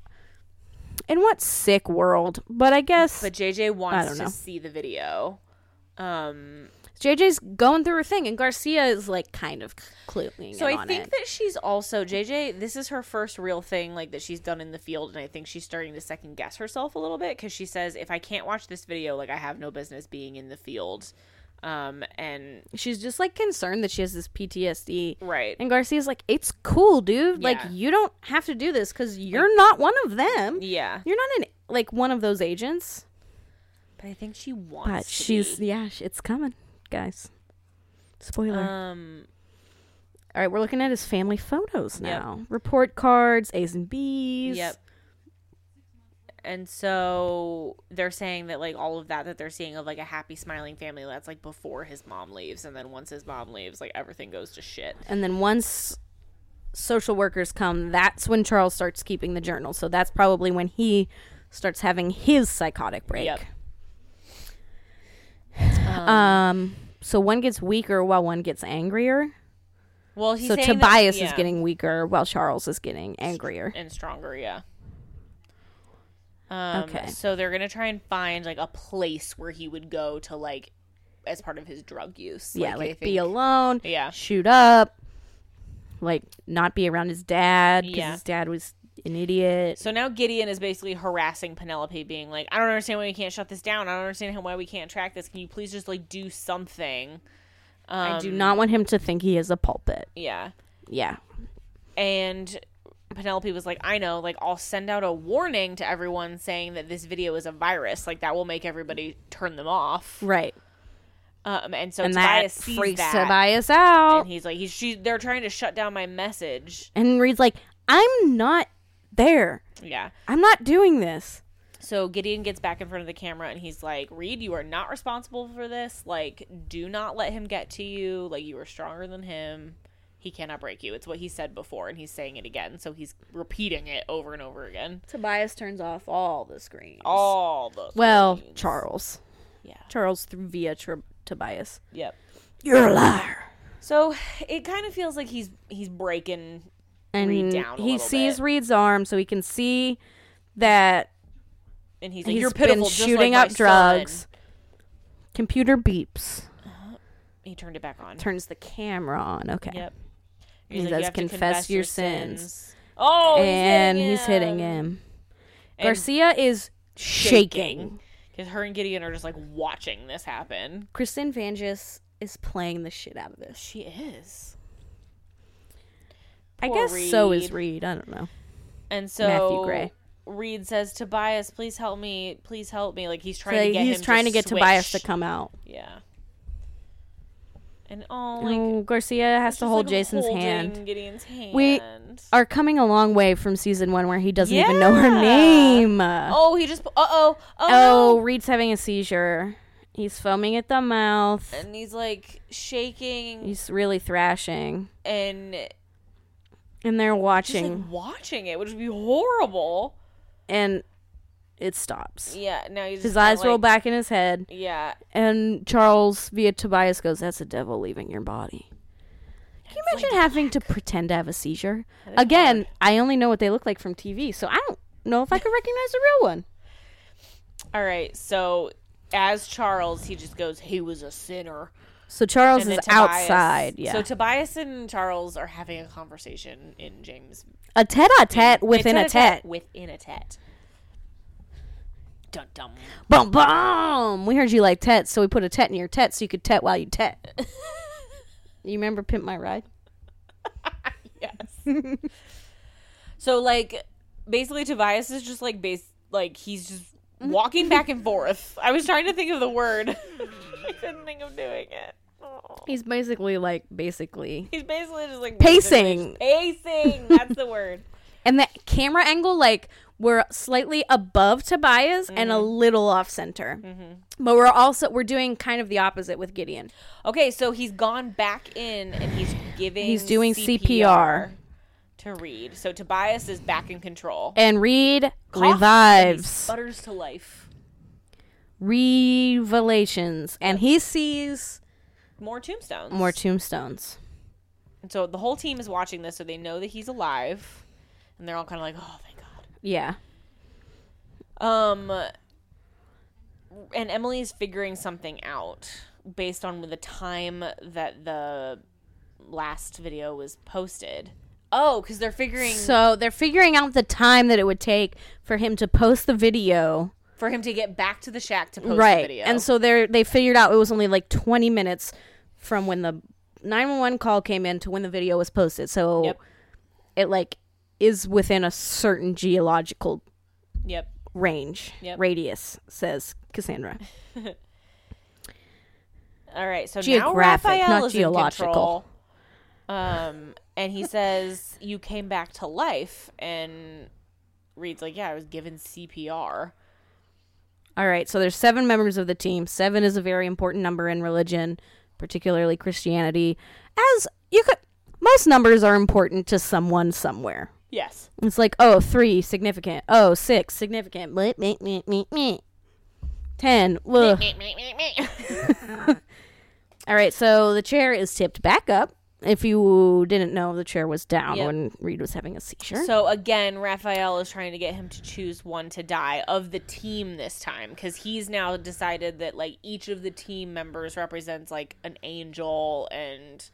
Speaker 3: in what sick world? But I guess
Speaker 2: But JJ
Speaker 3: don't
Speaker 2: wants to
Speaker 3: know.
Speaker 2: see the video. Um,
Speaker 3: JJ's going through her thing, and Garcia is like kind of cluing.
Speaker 2: so
Speaker 3: in
Speaker 2: I
Speaker 3: on
Speaker 2: think
Speaker 3: it.
Speaker 2: that she's also JJ. This is her first real thing, like that she's done in the field, and I think she's starting to second guess herself a little bit because she says, "If I can't watch this video, like I have no business being in the field." Um, and
Speaker 3: she's just like concerned that she has this PTSD.
Speaker 2: right,
Speaker 3: And Garcia's like, it's cool, dude. Like,
Speaker 2: Yeah.
Speaker 3: you don't have to do this because you're not one of them.
Speaker 2: yeah.
Speaker 3: You're not an like one of those agents.
Speaker 2: But I think she wants.
Speaker 3: But
Speaker 2: to
Speaker 3: she's
Speaker 2: be.
Speaker 3: yeah, sh- it's coming, guys. Spoiler.
Speaker 2: um.
Speaker 3: All right, we're looking at his family photos
Speaker 2: Yep.
Speaker 3: now. Report cards, A's and B's.
Speaker 2: Yep. And so they're saying that like all of that that they're seeing of like a happy smiling family that's like before his mom leaves and then once his mom leaves like everything goes to shit.
Speaker 3: And then once social workers come, that's when Charles starts keeping the journal. So that's probably when he starts having his psychotic break.
Speaker 2: Yep.
Speaker 3: <sighs> Um, so one gets weaker while one gets angrier.
Speaker 2: Well, he's
Speaker 3: so
Speaker 2: saying that-
Speaker 3: Tobias is
Speaker 2: yeah,
Speaker 3: getting weaker while Charles is getting angrier.
Speaker 2: and stronger, yeah. Um,
Speaker 3: Okay.
Speaker 2: So they're gonna try and find like a place where he would go to like as part of his drug use.
Speaker 3: yeah,
Speaker 2: they
Speaker 3: like be
Speaker 2: think-
Speaker 3: alone,
Speaker 2: Yeah.
Speaker 3: shoot up, like not be around his dad because
Speaker 2: Yeah.
Speaker 3: his dad was an idiot.
Speaker 2: So now Gideon is basically harassing Penelope, being like, "I don't understand why we can't shut this down. I don't understand how why we can't track this. Can you please just like do something?" Um,
Speaker 3: I do not want him to think he is a pulpit.
Speaker 2: Yeah,
Speaker 3: Yeah.
Speaker 2: and Penelope was like, I know, like, I'll send out a warning to everyone saying that this video is a virus. Like, that will make everybody turn them off.
Speaker 3: Right.
Speaker 2: Um, and so
Speaker 3: And
Speaker 2: Tobias
Speaker 3: that
Speaker 2: sees
Speaker 3: freaks
Speaker 2: that.
Speaker 3: Tobias out.
Speaker 2: and he's like, he's, she, they're trying to shut down my message.
Speaker 3: and Reed's like, I'm not there.
Speaker 2: Yeah.
Speaker 3: I'm not doing this.
Speaker 2: So Gideon gets back in front of the camera and he's like, Reed, you are not responsible for this. Like, do not let him get to you. Like, you are stronger than him. He cannot break you. It's what he said before, and he's saying it again. So he's repeating it over and over again.
Speaker 3: Tobias turns off all the screens.
Speaker 2: All those.
Speaker 3: well,
Speaker 2: screens.
Speaker 3: Charles.
Speaker 2: Yeah.
Speaker 3: Charles through via Tr- Tobias.
Speaker 2: Yep.
Speaker 3: You're a liar.
Speaker 2: So it kind of feels like he's he's breaking.
Speaker 3: And
Speaker 2: Reed down a
Speaker 3: he
Speaker 2: little
Speaker 3: sees
Speaker 2: bit.
Speaker 3: Reed's arm, so he can see that
Speaker 2: And he's like,
Speaker 3: he's
Speaker 2: "You're
Speaker 3: been
Speaker 2: pitiful." just like
Speaker 3: shooting
Speaker 2: my
Speaker 3: up drugs.
Speaker 2: son."
Speaker 3: Computer beeps.
Speaker 2: He turned it back on.
Speaker 3: Turns the camera on. Okay.
Speaker 2: Yep.
Speaker 3: He says,
Speaker 2: "You have to
Speaker 3: "Confess your sins."
Speaker 2: Oh, he's
Speaker 3: and
Speaker 2: hitting
Speaker 3: he's hitting him. Garcia is shaking.
Speaker 2: because her and Gideon are just like watching this happen.
Speaker 3: Kristen Vangus is playing the shit out of this.
Speaker 2: She is.
Speaker 3: I
Speaker 2: Poor
Speaker 3: guess so is
Speaker 2: Reed.
Speaker 3: Reed. I don't know.
Speaker 2: And so
Speaker 3: Matthew Gray.
Speaker 2: Reed says, "Tobias, please help me. Please help me." Like he's trying
Speaker 3: So
Speaker 2: to get
Speaker 3: he's
Speaker 2: him
Speaker 3: trying to get Tobias to
Speaker 2: switch.
Speaker 3: come out.
Speaker 2: Yeah. And oh, like
Speaker 3: oh, Garcia has
Speaker 2: just,
Speaker 3: to hold
Speaker 2: like,
Speaker 3: Jason's
Speaker 2: holding
Speaker 3: hand.
Speaker 2: Gideon's hand.
Speaker 3: We Are coming a long way from season one where he doesn't even know her
Speaker 2: Yeah.
Speaker 3: name. Uh,
Speaker 2: Oh, he just. Uh oh.
Speaker 3: oh,
Speaker 2: Oh.
Speaker 3: Reed's having a seizure. He's foaming at the mouth.
Speaker 2: And he's like shaking
Speaker 3: He's really thrashing.
Speaker 2: and
Speaker 3: And they're
Speaker 2: just
Speaker 3: watching,
Speaker 2: like watching it, which would be horrible.
Speaker 3: and it stops.
Speaker 2: Yeah. Now he's
Speaker 3: His
Speaker 2: just kinda
Speaker 3: eyes roll
Speaker 2: like-
Speaker 3: back in his head.
Speaker 2: Yeah.
Speaker 3: And Charles via Tobias goes, "That's the devil leaving your body." Can you imagine having to pretend to have a seizure? Again, I only know what they look like from TV, so I don't know if I could recognize a real one.
Speaker 2: All right. So as Charles, he just goes, "He was a sinner."
Speaker 3: So Charles
Speaker 2: And
Speaker 3: is
Speaker 2: then Tobias-
Speaker 3: outside, yeah,
Speaker 2: So Tobias and Charles are having a conversation in James
Speaker 3: a tete-a-tete within a
Speaker 2: tete-a-tete
Speaker 3: tete.
Speaker 2: Within a tete. Dun dum.
Speaker 3: Boom, boom. We heard you like tete, so we put a tete in your tete so you could tete while you <laughs> tete. you remember Pimp My Ride?
Speaker 2: Yes. <laughs> so like basically Tobias is just like base like he's just walking back and forth. I was trying to think of the word. <laughs> I couldn't think of doing it. Aw.
Speaker 3: He's basically like basically,
Speaker 2: He's basically just like
Speaker 3: Pacing.
Speaker 2: Pacing, that's the word.
Speaker 3: and that camera angle like we're slightly above Tobias
Speaker 2: Mm-hmm.
Speaker 3: and a little off center. But we're also we're doing kind of the opposite with Gideon.
Speaker 2: Okay, so he's gone back in and he's giving
Speaker 3: He's doing CPR.
Speaker 2: to Reed. So Tobias is back in control.
Speaker 3: And Reed
Speaker 2: Coughs and he
Speaker 3: revives
Speaker 2: sputters to life.
Speaker 3: revelations and he sees
Speaker 2: More tombstones.
Speaker 3: more tombstones.
Speaker 2: And so the whole team is watching this, so they know that he's alive, and they're all kind of like, "Oh, thank God."
Speaker 3: Yeah.
Speaker 2: Um, and Emily is figuring something out based on the time that the last video was posted. Oh, because they're figuring
Speaker 3: So they're figuring out the time that it would take for him to post the video.
Speaker 2: for him to get back to the shack to post the
Speaker 3: right.
Speaker 2: video.
Speaker 3: And so they're they figured out it was only like 20 minutes from when the 911 call came in to when the video was posted. So
Speaker 2: Yep.
Speaker 3: it like is within a certain geological
Speaker 2: yep,
Speaker 3: range
Speaker 2: Yep.
Speaker 3: radius says Cassandra.
Speaker 2: All right, so
Speaker 3: Geographic,
Speaker 2: now Raphael
Speaker 3: not
Speaker 2: is
Speaker 3: geological.
Speaker 2: in control. Um, and he says, "You came back to life." And Reed's like, "Yeah, I was given CPR."
Speaker 3: All right, so there's seven members of the team. Seven is a very important number in religion, particularly Christianity. As you could, most numbers are important to someone somewhere.
Speaker 2: Yes.
Speaker 3: It's like, oh, three, significant. Oh, six, significant. Bleh, bleh, bleh, bleh, bleh. Ten. Ugh. <laughs> All right, so the chair is tipped back up. If you didn't know, the chair was down
Speaker 2: Yep.
Speaker 3: when Reed was having a seizure.
Speaker 2: So again, Raphael is trying to get him to choose one to die of the team this time because he's now decided that like each of the team members represents like an angel, and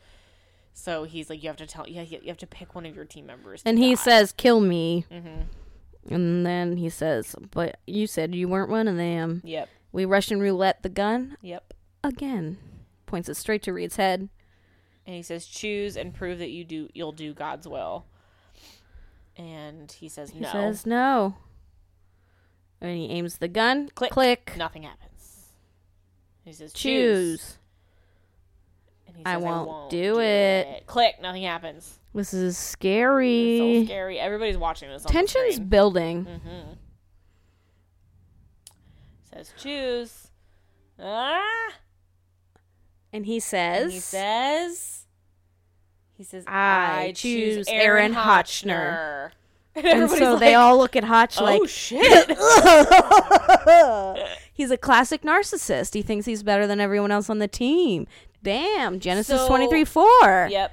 Speaker 2: so he's like, "You have to tell, yeah, you have to pick one of your team members." to
Speaker 3: and he
Speaker 2: die."
Speaker 3: says, kill me.
Speaker 2: Mm-hmm.
Speaker 3: And then he says, but you said you weren't one of them.
Speaker 2: "Yep,
Speaker 3: We Russian roulette the gun
Speaker 2: yep."
Speaker 3: again. Points it straight to Reed's head.
Speaker 2: and he says choose and prove that you do you'll do god's will and he says
Speaker 3: He
Speaker 2: no.
Speaker 3: says no. And he aims the gun.
Speaker 2: Click.
Speaker 3: Click.
Speaker 2: Nothing happens. He says
Speaker 3: Choose.
Speaker 2: choose. And he
Speaker 3: I won't do it."
Speaker 2: Click. Nothing happens.
Speaker 3: This is
Speaker 2: It's so
Speaker 3: scary.
Speaker 2: scary. Everybody's watching this. On
Speaker 3: Tension's
Speaker 2: The
Speaker 3: building.
Speaker 2: mm-hmm. Says choose. Ah.
Speaker 3: And he says,
Speaker 2: And he says, he says,
Speaker 3: I
Speaker 2: I,
Speaker 3: choose
Speaker 2: choose
Speaker 3: Aaron
Speaker 2: Aaron
Speaker 3: Hotchner."
Speaker 2: <laughs> Hotchner.
Speaker 3: and so they all look at Hotch
Speaker 2: oh
Speaker 3: like,
Speaker 2: shit.
Speaker 3: <laughs> he's a classic narcissist. He thinks he's better than everyone else on the team. Damn, Genesis
Speaker 2: So-
Speaker 3: 23 4.
Speaker 2: yep.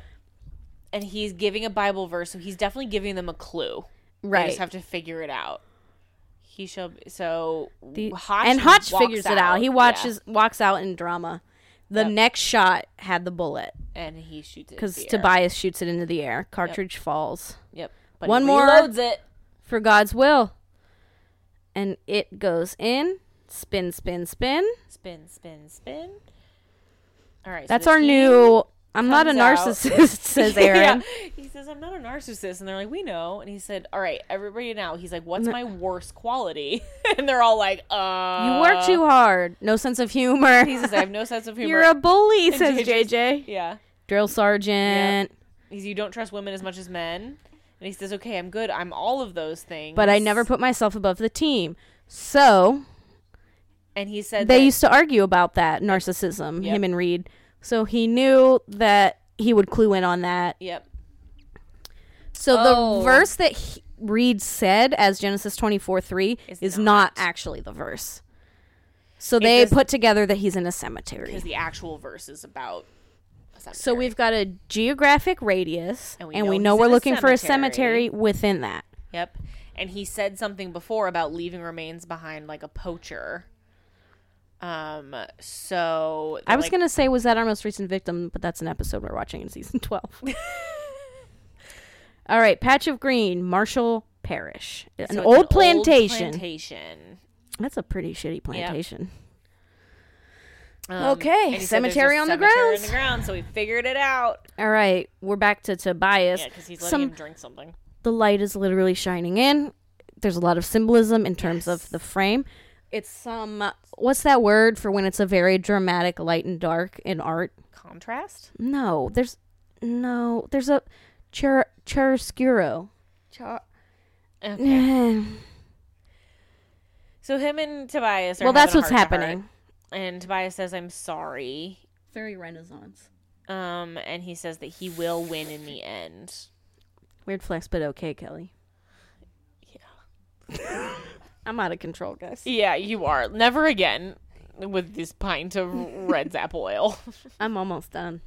Speaker 2: And he's giving a Bible verse, so he's definitely giving them a clue. They
Speaker 3: right.
Speaker 2: just have to figure it out. He shall. Be, so
Speaker 3: The-
Speaker 2: Hotch
Speaker 3: and Hotch
Speaker 2: walks
Speaker 3: figures it out. He
Speaker 2: yeah,
Speaker 3: watches, walks out in drama. The
Speaker 2: Yep.
Speaker 3: next shot had the bullet
Speaker 2: and he shoots it
Speaker 3: because
Speaker 2: to
Speaker 3: Tobias shoots it into the air. Cartridge falls.
Speaker 2: Yep. But
Speaker 3: One
Speaker 2: he
Speaker 3: more-
Speaker 2: Reloads it.
Speaker 3: for God's will. And it goes in, spin, spin, spin.
Speaker 2: Spin, spin, spin. All right. so
Speaker 3: That's
Speaker 2: the
Speaker 3: our
Speaker 2: team- <laughs>
Speaker 3: new. I'm not a
Speaker 2: comes out.
Speaker 3: narcissist, <laughs> says Aaron.
Speaker 2: yeah. He says, I'm not a narcissist. And they're like, we know. And he said, all right, everybody now. He's like, what's my worst quality? <laughs> and they're all like, uh.
Speaker 3: You work too hard. No sense of humor.
Speaker 2: He
Speaker 3: <laughs>
Speaker 2: says, I have no sense of humor.
Speaker 3: You're a bully, says
Speaker 2: JJ.
Speaker 3: JJ.
Speaker 2: yeah.
Speaker 3: Drill sergeant.
Speaker 2: He's, you don't trust women as much as men. And he says, okay, I'm good. I'm all of those things.
Speaker 3: But I never put myself above the team. So
Speaker 2: And he said,
Speaker 3: they
Speaker 2: that-
Speaker 3: used to argue about that narcissism,
Speaker 2: Yep.
Speaker 3: him and Reed. So he knew that he would clue in on that.
Speaker 2: Yep.
Speaker 3: So
Speaker 2: Oh.
Speaker 3: the verse that he, Reed said as Genesis 24 3 is,
Speaker 2: Is
Speaker 3: not. actually the verse. So they
Speaker 2: just-
Speaker 3: put together that he's in a cemetery.
Speaker 2: Because the actual verse is about. a
Speaker 3: So
Speaker 2: cemetery.
Speaker 3: we've got a geographic radius, and we know,
Speaker 2: he's
Speaker 3: we're
Speaker 2: in a
Speaker 3: looking for a cemetery
Speaker 2: cemetery.
Speaker 3: within that.
Speaker 2: Yep. And he said something before about leaving remains behind like a poacher. Um, so.
Speaker 3: I was
Speaker 2: like,
Speaker 3: going to say, was that our most recent victim? But that's an episode we're watching in
Speaker 2: <laughs>
Speaker 3: season <laughs> 12. All right, Patch of Green, Marshall Parish. An,
Speaker 2: So it's
Speaker 3: old, plantation.
Speaker 2: plantation.
Speaker 3: That's a pretty shitty plantation.
Speaker 2: Um,
Speaker 3: Okay,
Speaker 2: and he said
Speaker 3: cemetery
Speaker 2: there's
Speaker 3: on
Speaker 2: a
Speaker 3: the
Speaker 2: cemetery on
Speaker 3: grounds.
Speaker 2: the ground. So we figured it out.
Speaker 3: All right, we're back to Tobias.
Speaker 2: Yeah, because he's letting
Speaker 3: Some
Speaker 2: him drink something.
Speaker 3: the light is literally shining in. There's a lot of symbolism in terms of the frame. It's some what's that word for when it's a very dramatic light and dark in art? <laughs>
Speaker 2: Contrast.
Speaker 3: No, there's no there's a char chiaroscuro. Char- <laughs>
Speaker 2: Okay.
Speaker 3: well,
Speaker 2: So him and Tobias. Are
Speaker 3: that's
Speaker 2: having a
Speaker 3: what's
Speaker 2: heart-to-heart,
Speaker 3: happening.
Speaker 2: And Tobias says, "I'm sorry."
Speaker 3: Very Renaissance.
Speaker 2: Um, and he says that he will win in the end.
Speaker 3: Weird flex, but okay, Kelly.
Speaker 2: Yeah.
Speaker 3: <laughs> I'm out of control, <laughs> guys.
Speaker 2: Yeah, you are. Never again with this pint
Speaker 3: <laughs>
Speaker 2: of Red's apple ale.
Speaker 3: I'm almost done.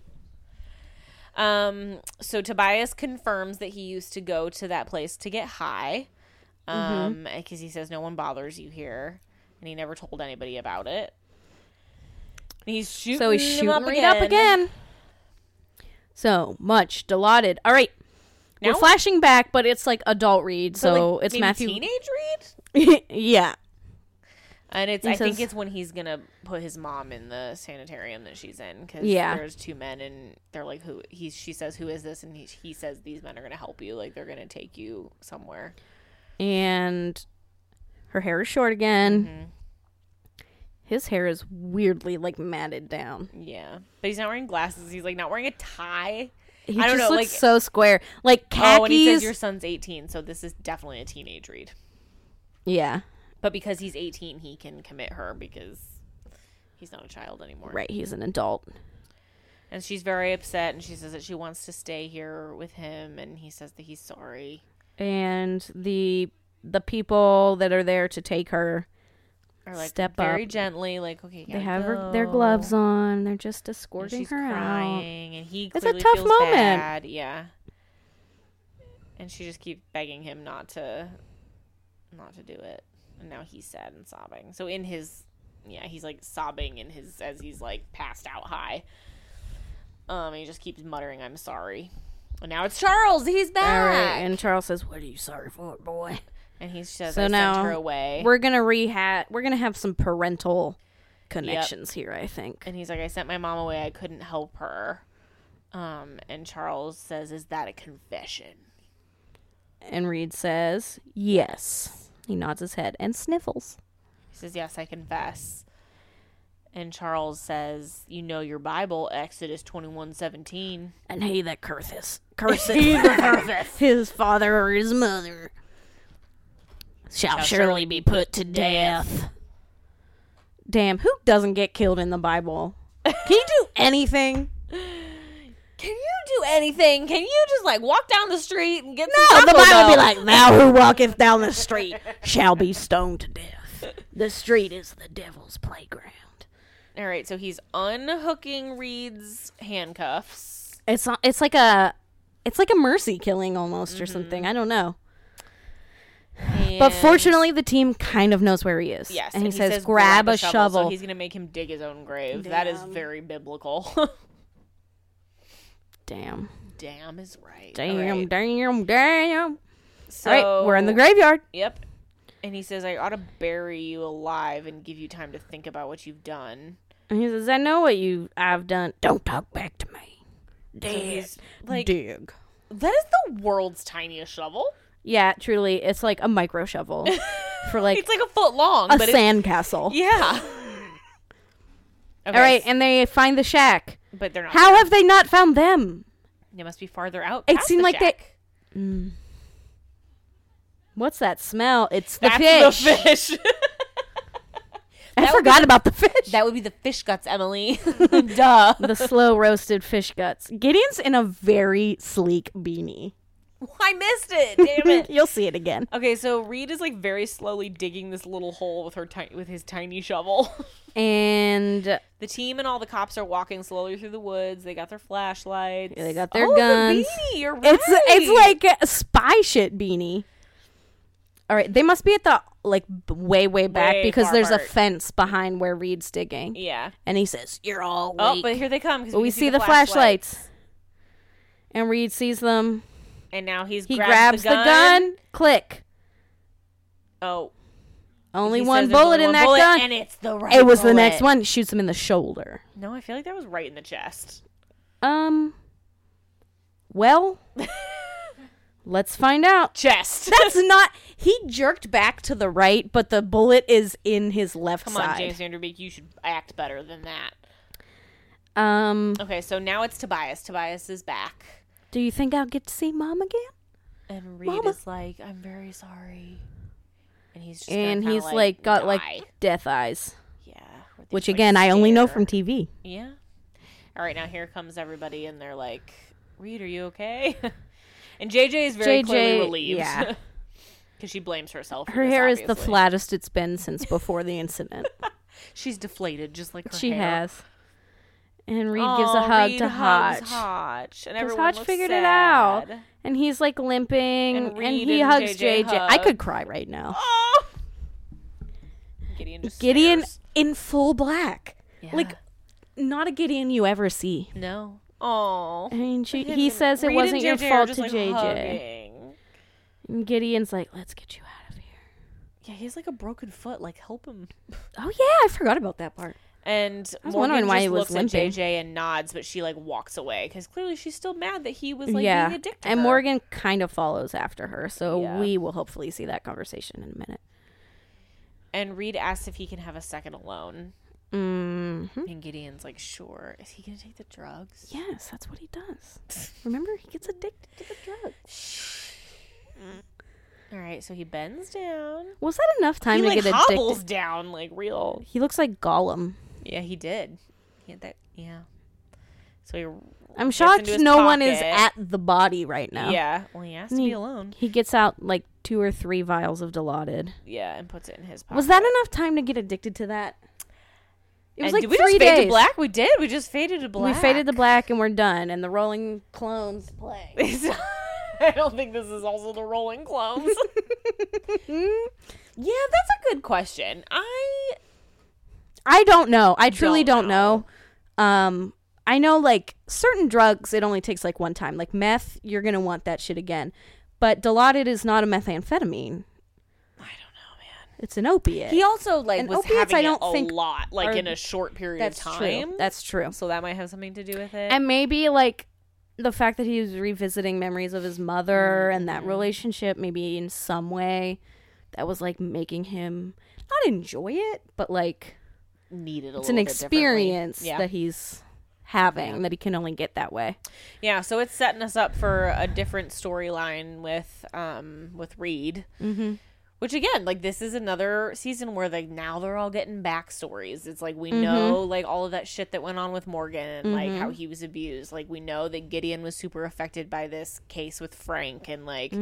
Speaker 2: Um, so Tobias confirms that he used to go to that place to get high,
Speaker 3: Mm-hmm.
Speaker 2: um, because he says no one bothers you here, and he never told anybody about it. And he's shooting.
Speaker 3: So he's shooting
Speaker 2: him up
Speaker 3: Reed
Speaker 2: again.
Speaker 3: up again. So much delauded. All right. We're
Speaker 2: Now-
Speaker 3: flashing back, but it's like adult read,
Speaker 2: But, like,
Speaker 3: so it's
Speaker 2: maybe
Speaker 3: Matthew.
Speaker 2: Teenage Reed,
Speaker 3: <laughs> yeah,
Speaker 2: and it's.
Speaker 3: He
Speaker 2: I think
Speaker 3: says-
Speaker 2: it's when he's gonna put his mom in the sanitarium that she's in because
Speaker 3: Yeah.
Speaker 2: there's two men and they're like who he she says who is this and he he says these men are gonna help you like they're gonna take you somewhere.
Speaker 3: and her hair is short again.
Speaker 2: Mm-hmm.
Speaker 3: His hair is weirdly like matted down.
Speaker 2: Yeah, but he's not wearing glasses. He's like not wearing a tie.
Speaker 3: He
Speaker 2: I
Speaker 3: just
Speaker 2: don't know,
Speaker 3: looks
Speaker 2: like-
Speaker 3: so square, like khakis.
Speaker 2: Oh, and he says your son's 18, so this is definitely a teenage read.
Speaker 3: yeah,
Speaker 2: But because he's 18, he can commit her because he's not a child anymore.
Speaker 3: right. He's an adult.
Speaker 2: And she's very upset, and she says that she wants to stay here with him, and he says that he's sorry.
Speaker 3: And the the people that are there to take her,
Speaker 2: Or like
Speaker 3: Step
Speaker 2: very
Speaker 3: up.
Speaker 2: gently, like okay,
Speaker 3: they have her, their gloves on. They're just escorting
Speaker 2: she's
Speaker 3: her out.
Speaker 2: crying, and he
Speaker 3: a
Speaker 2: clearly
Speaker 3: tough
Speaker 2: feels
Speaker 3: moment.
Speaker 2: bad. Yeah. And she just keeps begging him not to, not to do it. And now he's sad and sobbing. So in his, yeah, he's like sobbing in his as he's like passed out high. Um, and he just keeps muttering, "I'm sorry." And now it's Charles. He's
Speaker 3: All
Speaker 2: back,
Speaker 3: right,
Speaker 2: and,
Speaker 3: and Charles says, "What are you sorry for, boy?"
Speaker 2: he says,
Speaker 3: So
Speaker 2: "I
Speaker 3: now
Speaker 2: sent her away."
Speaker 3: We're gonna rehat. We're gonna have some parental connections here. I think.
Speaker 2: and he's like, "I sent my mom away. I couldn't help her." Um, and Charles says, "Is that a confession?"
Speaker 3: And Reed says, Yes. He nods his head and sniffles.
Speaker 2: He says, Yes, I confess. And Charles says, You know your Bible, Exodus twenty one seventeen.
Speaker 3: And he that <laughs> curseth, curseth, he that curseth his father or his mother shall surely be put to death. Damn, who doesn't get killed in the <laughs> Bible? Can you do anything?
Speaker 2: Can you do anything? Can you just like walk down the street and get
Speaker 3: No,
Speaker 2: Taco
Speaker 3: the Bible be
Speaker 2: Bell?
Speaker 3: like, "Thou who walketh down the street shall be stoned to <laughs> death." The street is the devil's playground.
Speaker 2: All right, so he's unhooking Reed's handcuffs.
Speaker 3: It's not, it's like a it's like a mercy killing almost or
Speaker 2: Mm-hmm.
Speaker 3: something. I don't know. But
Speaker 2: and-
Speaker 3: fortunately, the team kind of knows where he is.
Speaker 2: yes,
Speaker 3: and he, says, "Grab, a shovel."
Speaker 2: So he's gonna make him dig his own grave. That is very biblical. <laughs>
Speaker 3: damn,
Speaker 2: damn is right.
Speaker 3: damn,
Speaker 2: All right,
Speaker 3: damn, damn.
Speaker 2: so,
Speaker 3: All right, we're in the graveyard.
Speaker 2: Yep. And he says, I ought to bury you alive and give you time to think about what you've done.
Speaker 3: And he says, "I know what you I've done. Don't talk back to me." Dig,
Speaker 2: He's like,
Speaker 3: dig.
Speaker 2: that is the world's tiniest shovel.
Speaker 3: <laughs> Yeah, truly, it's like a
Speaker 2: <laughs>
Speaker 3: micro shovel for like
Speaker 2: It's like a foot long,
Speaker 3: a
Speaker 2: but it's.
Speaker 3: sandcastle.
Speaker 2: Yeah. Okay,
Speaker 3: All right, and they find the shack.
Speaker 2: But they're not.
Speaker 3: How have they not found them?
Speaker 2: They must be farther out.
Speaker 3: It
Speaker 2: past
Speaker 3: seemed
Speaker 2: the
Speaker 3: like they.
Speaker 2: shack.
Speaker 3: Mm. What's that smell? It's the
Speaker 2: That's
Speaker 3: <laughs> fish.
Speaker 2: the fish. <laughs>
Speaker 3: I
Speaker 2: That would be
Speaker 3: forgot about the fish.
Speaker 2: that would be the fish guts, <laughs> Emily. Duh.
Speaker 3: <laughs> the slow roasted fish guts. Gideon's in a very sleek beanie.
Speaker 2: I missed it. Damn it.
Speaker 3: <laughs> You'll see it again.
Speaker 2: Okay, so Reed is like very slowly digging this little hole with her ti- with his tiny shovel. <laughs>
Speaker 3: And
Speaker 2: The team and all the cops are walking slowly through the woods. They got their flashlights.
Speaker 3: Yeah, they got their
Speaker 2: Oh, the
Speaker 3: guns.
Speaker 2: beanie, you're
Speaker 3: it's
Speaker 2: right.
Speaker 3: it's like a spy shit beanie. All right, they must be at the like b- way way back
Speaker 2: Way
Speaker 3: because
Speaker 2: far
Speaker 3: there's a
Speaker 2: apart.
Speaker 3: fence behind where Reed's digging,
Speaker 2: yeah.
Speaker 3: and he says, "You're all weak."
Speaker 2: Oh, but here they come. 'cause
Speaker 3: But we see the flashlights. And Reed sees them.
Speaker 2: and now he's
Speaker 3: He
Speaker 2: grabs,
Speaker 3: grabs, the, gun. Click.
Speaker 2: Oh,
Speaker 3: Only
Speaker 2: he
Speaker 3: one
Speaker 2: says there's
Speaker 3: bullet
Speaker 2: only
Speaker 3: in
Speaker 2: one
Speaker 3: that
Speaker 2: bullet,
Speaker 3: gun.
Speaker 2: and it's the right.
Speaker 3: it was the
Speaker 2: bullet.
Speaker 3: next one. Shoots him in the shoulder.
Speaker 2: No, I feel like that was right in the chest.
Speaker 3: Um.
Speaker 2: <laughs>
Speaker 3: Well, let's find out.
Speaker 2: Chest.
Speaker 3: That's not. He jerked back to the right, but the bullet is in his left
Speaker 2: Come
Speaker 3: side.
Speaker 2: on, James Vanderbeek, you should act better than that.
Speaker 3: Um.
Speaker 2: Okay, so now it's Tobias. Tobias is back,
Speaker 3: Do you think I'll get to see Mom again?
Speaker 2: and Reed
Speaker 3: Mama.
Speaker 2: is like, "I'm very sorry," and he's just gonna
Speaker 3: and
Speaker 2: kinda,
Speaker 3: he's like, got
Speaker 2: die.
Speaker 3: like death eyes,
Speaker 2: yeah, where they
Speaker 3: which
Speaker 2: just, like,
Speaker 3: again I only know
Speaker 2: stare.
Speaker 3: from TV.
Speaker 2: Yeah. All right, now here comes everybody, and they're like, "Reed, are you okay?" <laughs> and JJ is very
Speaker 3: JJ,
Speaker 2: clearly relieved, <laughs>
Speaker 3: yeah.
Speaker 2: because she blames herself. for
Speaker 3: Her
Speaker 2: this,
Speaker 3: hair is the
Speaker 2: obviously.
Speaker 3: flattest it's been since before the
Speaker 2: <laughs>
Speaker 3: incident.
Speaker 2: She's deflated, just like her
Speaker 3: she
Speaker 2: hair.
Speaker 3: has. And Reed
Speaker 2: Aw,
Speaker 3: gives a hug
Speaker 2: Reed
Speaker 3: to
Speaker 2: hugs
Speaker 3: Hodge.
Speaker 2: Hodge, and
Speaker 3: 'Cause
Speaker 2: everyone
Speaker 3: Hodge
Speaker 2: looks
Speaker 3: figured it out.
Speaker 2: sad.
Speaker 3: And he's like limping,
Speaker 2: And
Speaker 3: and,
Speaker 2: Reed
Speaker 3: he
Speaker 2: and
Speaker 3: hugs
Speaker 2: JJ
Speaker 3: JJ. I
Speaker 2: hug.
Speaker 3: could cry
Speaker 2: <gasps>
Speaker 3: right now.
Speaker 2: Oh! Gideon just
Speaker 3: Gideon
Speaker 2: stares.
Speaker 3: in full black,
Speaker 2: Yeah.
Speaker 3: like not a Gideon you ever see.
Speaker 2: no. Oh.
Speaker 3: I mean, she, he says it wasn't your fault to JJ. And Gideon's like, "Let's get you out of here."
Speaker 2: Yeah, he has like a broken foot. Like, help him.
Speaker 3: Oh yeah, I forgot about that part.
Speaker 2: And
Speaker 3: was
Speaker 2: Morgan
Speaker 3: wondering why
Speaker 2: just
Speaker 3: he was
Speaker 2: looks
Speaker 3: limping.
Speaker 2: at JJ and nods, but she like walks away because clearly she's still mad that he was like
Speaker 3: yeah,
Speaker 2: being a dick to
Speaker 3: and
Speaker 2: her.
Speaker 3: Morgan kind of follows after her, so
Speaker 2: Yeah.
Speaker 3: we will hopefully see that conversation in a minute.
Speaker 2: And Reed asks if he can have a second alone,
Speaker 3: Mm-hmm.
Speaker 2: and Gideon's like, "Sure." Is he gonna take the drugs?
Speaker 3: Yes, that's what he
Speaker 2: <laughs>
Speaker 3: does. Remember, he gets addicted to the drug.
Speaker 2: All right, so he bends down.
Speaker 3: Was that enough time
Speaker 2: He
Speaker 3: to
Speaker 2: like
Speaker 3: get
Speaker 2: hobbles
Speaker 3: addicted?
Speaker 2: down like real.
Speaker 3: He looks like Gollum.
Speaker 2: Yeah, he did. He had that. Yeah. So he.
Speaker 3: I'm
Speaker 2: gets
Speaker 3: shocked
Speaker 2: into his
Speaker 3: no one is
Speaker 2: pocket.
Speaker 3: at the body right now.
Speaker 2: Yeah. Well, he has to
Speaker 3: He-
Speaker 2: be alone.
Speaker 3: He gets out like two or three vials of Dilaudid.
Speaker 2: Yeah, and puts it in his pocket.
Speaker 3: Was that enough time to get addicted to that? It
Speaker 2: And
Speaker 3: was like
Speaker 2: did we
Speaker 3: three
Speaker 2: just
Speaker 3: days.
Speaker 2: fade to black? We did. We just faded to black.
Speaker 3: We faded to black and we're done. And the Rolling Clones play.
Speaker 2: <laughs> I don't think this is also the Rolling Clones.
Speaker 3: Hmm?
Speaker 2: yeah, that's a good question. I
Speaker 3: I don't know. I truly
Speaker 2: Don't
Speaker 3: don't, know. Um, I know like certain drugs, it only takes like one time. Like meth, you're gonna want that shit again. But Dilaudid is not a methamphetamine.
Speaker 2: I don't know, man.
Speaker 3: It's an opiate.
Speaker 2: He also like
Speaker 3: And
Speaker 2: was
Speaker 3: opiates,
Speaker 2: having
Speaker 3: I don't
Speaker 2: it a
Speaker 3: think
Speaker 2: lot,
Speaker 3: are-
Speaker 2: like in a short period
Speaker 3: That's
Speaker 2: of time.
Speaker 3: true. That's true.
Speaker 2: so that might have something to do with it.
Speaker 3: And maybe like the fact that he was revisiting memories of his mother
Speaker 2: Mm-hmm.
Speaker 3: and that relationship, maybe in some way, that was like making him not enjoy it, but like
Speaker 1: Needed a
Speaker 3: it's
Speaker 1: little
Speaker 3: an
Speaker 1: bit differently.
Speaker 3: experience
Speaker 2: Yeah.
Speaker 3: that he's having that he can only get that way.
Speaker 2: Yeah, so it's setting us up for a different storyline with um with Reed. Mm-hmm. Which again, like this is another season where like now they're all getting backstories. It's like we know like all of that shit that went on with Morgan and like how he was abused. Like we know that Gideon was super affected by this case with Frank and like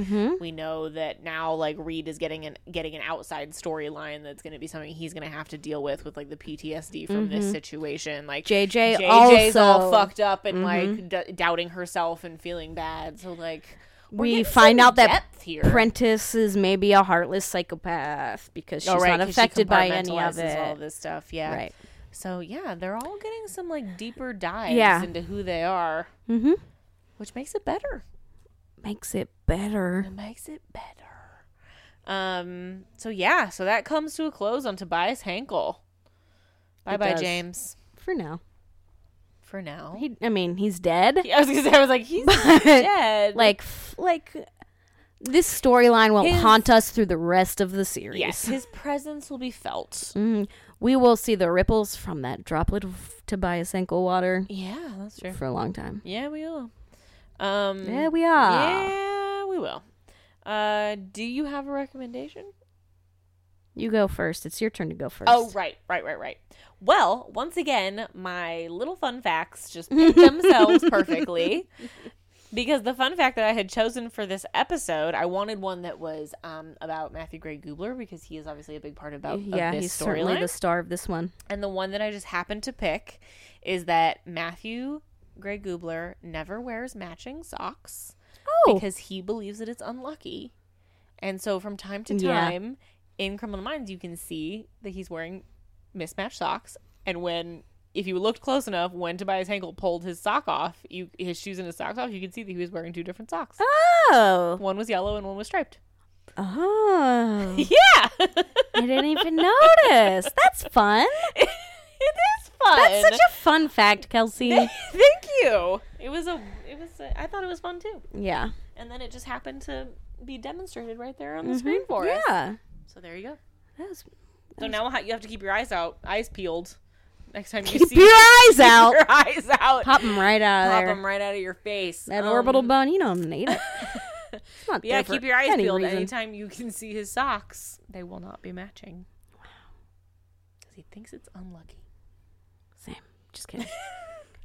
Speaker 2: we know that now like Reed is getting an getting an outside storyline that's gonna be something he's gonna have to deal with with like the PTSD from this situation. Like
Speaker 3: JJ,
Speaker 2: JJ's
Speaker 3: also Mm-hmm.
Speaker 2: all fucked up and like d- doubting herself and feeling bad. So like we're
Speaker 3: We
Speaker 2: getting
Speaker 3: find
Speaker 2: some
Speaker 3: out that
Speaker 2: depth here.
Speaker 3: Prentice is maybe a heartless psychopath because she's
Speaker 2: Oh, right,
Speaker 3: not
Speaker 2: 'cause she
Speaker 3: affected by any of
Speaker 2: compartmentalizes
Speaker 3: it.
Speaker 2: All this stuff, yeah.
Speaker 3: Right.
Speaker 2: So yeah, they're all getting some like deeper dives
Speaker 3: Yeah.
Speaker 2: into who they are,
Speaker 3: Mhm.
Speaker 2: which makes it better.
Speaker 3: Makes it better.
Speaker 2: It makes it better. Um. So yeah. So that comes to a close on Tobias Hankel. Bye bye,
Speaker 3: does.
Speaker 2: James.
Speaker 3: For now.
Speaker 2: For now. <laughs>
Speaker 3: <laughs> He, I mean, he's dead.
Speaker 2: I was gonna say, I was like, he's
Speaker 3: <laughs>
Speaker 2: not dead.
Speaker 3: Like, f- like this storyline will
Speaker 2: His-
Speaker 3: haunt us through the rest of the series.
Speaker 2: yes,
Speaker 3: <laughs>
Speaker 2: his presence will be felt.
Speaker 3: Mhm. We will see the ripples from that droplet of Tobias ankle water
Speaker 2: Yeah, that's true.
Speaker 3: for a long time.
Speaker 2: Yeah, we will. Um,
Speaker 3: Yeah, we are.
Speaker 2: yeah, we will. Uh, do you have a recommendation?
Speaker 3: You go first. It's your turn to go first.
Speaker 2: Oh, right, right, right, right. Well, once again, my little fun facts just <laughs> picked themselves perfectly. Because the fun fact that I had chosen for this episode, I wanted one that was um, about Matthew Gray Goobler because he is obviously a big part about of
Speaker 3: yeah,
Speaker 2: this
Speaker 3: he's certainly
Speaker 2: storyline.
Speaker 3: the star of this one.
Speaker 2: And the one that I just happened to pick is that Matthew Gray Goobler never wears matching socks
Speaker 3: Oh.
Speaker 2: because he believes that it's unlucky. And so from time to
Speaker 3: Yeah.
Speaker 2: time in Criminal Minds, you can see that he's wearing mismatched socks. And when, if you looked close enough, when Tobias Hankel pulled his sock off, you his shoes and his socks off, you could see that he was wearing two different socks.
Speaker 3: Oh.
Speaker 2: One was yellow and one was
Speaker 3: <laughs>
Speaker 2: striped.
Speaker 3: Oh.
Speaker 2: <laughs> Yeah, it
Speaker 3: I didn't even notice. That's fun.
Speaker 2: is fun. <laughs>
Speaker 3: That's such a fun fact, Kelsey.
Speaker 2: Thank you. It was a. It was. A, I thought it was fun too.
Speaker 3: yeah.
Speaker 2: and then it just happened to be demonstrated right there on the screen for us.
Speaker 3: Mm-hmm. Yeah.
Speaker 2: So there you go.
Speaker 3: That was-
Speaker 2: So now ha- you have to keep your eyes out, eyes peeled, next time you
Speaker 3: Keep
Speaker 2: see
Speaker 3: your
Speaker 2: <laughs>
Speaker 3: eyes
Speaker 2: keep
Speaker 3: out.
Speaker 2: your eyes out,
Speaker 3: Pop him right out of
Speaker 2: Pop
Speaker 3: there.
Speaker 2: 'em right out of your face.
Speaker 3: That
Speaker 2: Um,
Speaker 3: orbital bone, you don't
Speaker 2: <laughs>
Speaker 3: need it. It's not
Speaker 2: Yeah,
Speaker 3: there for
Speaker 2: keep your eyes
Speaker 3: any
Speaker 2: peeled.
Speaker 3: reason.
Speaker 2: Anytime you can see his socks, they will not be matching. Because he thinks it's unlucky.
Speaker 3: Same.
Speaker 2: <laughs>
Speaker 3: Just kidding.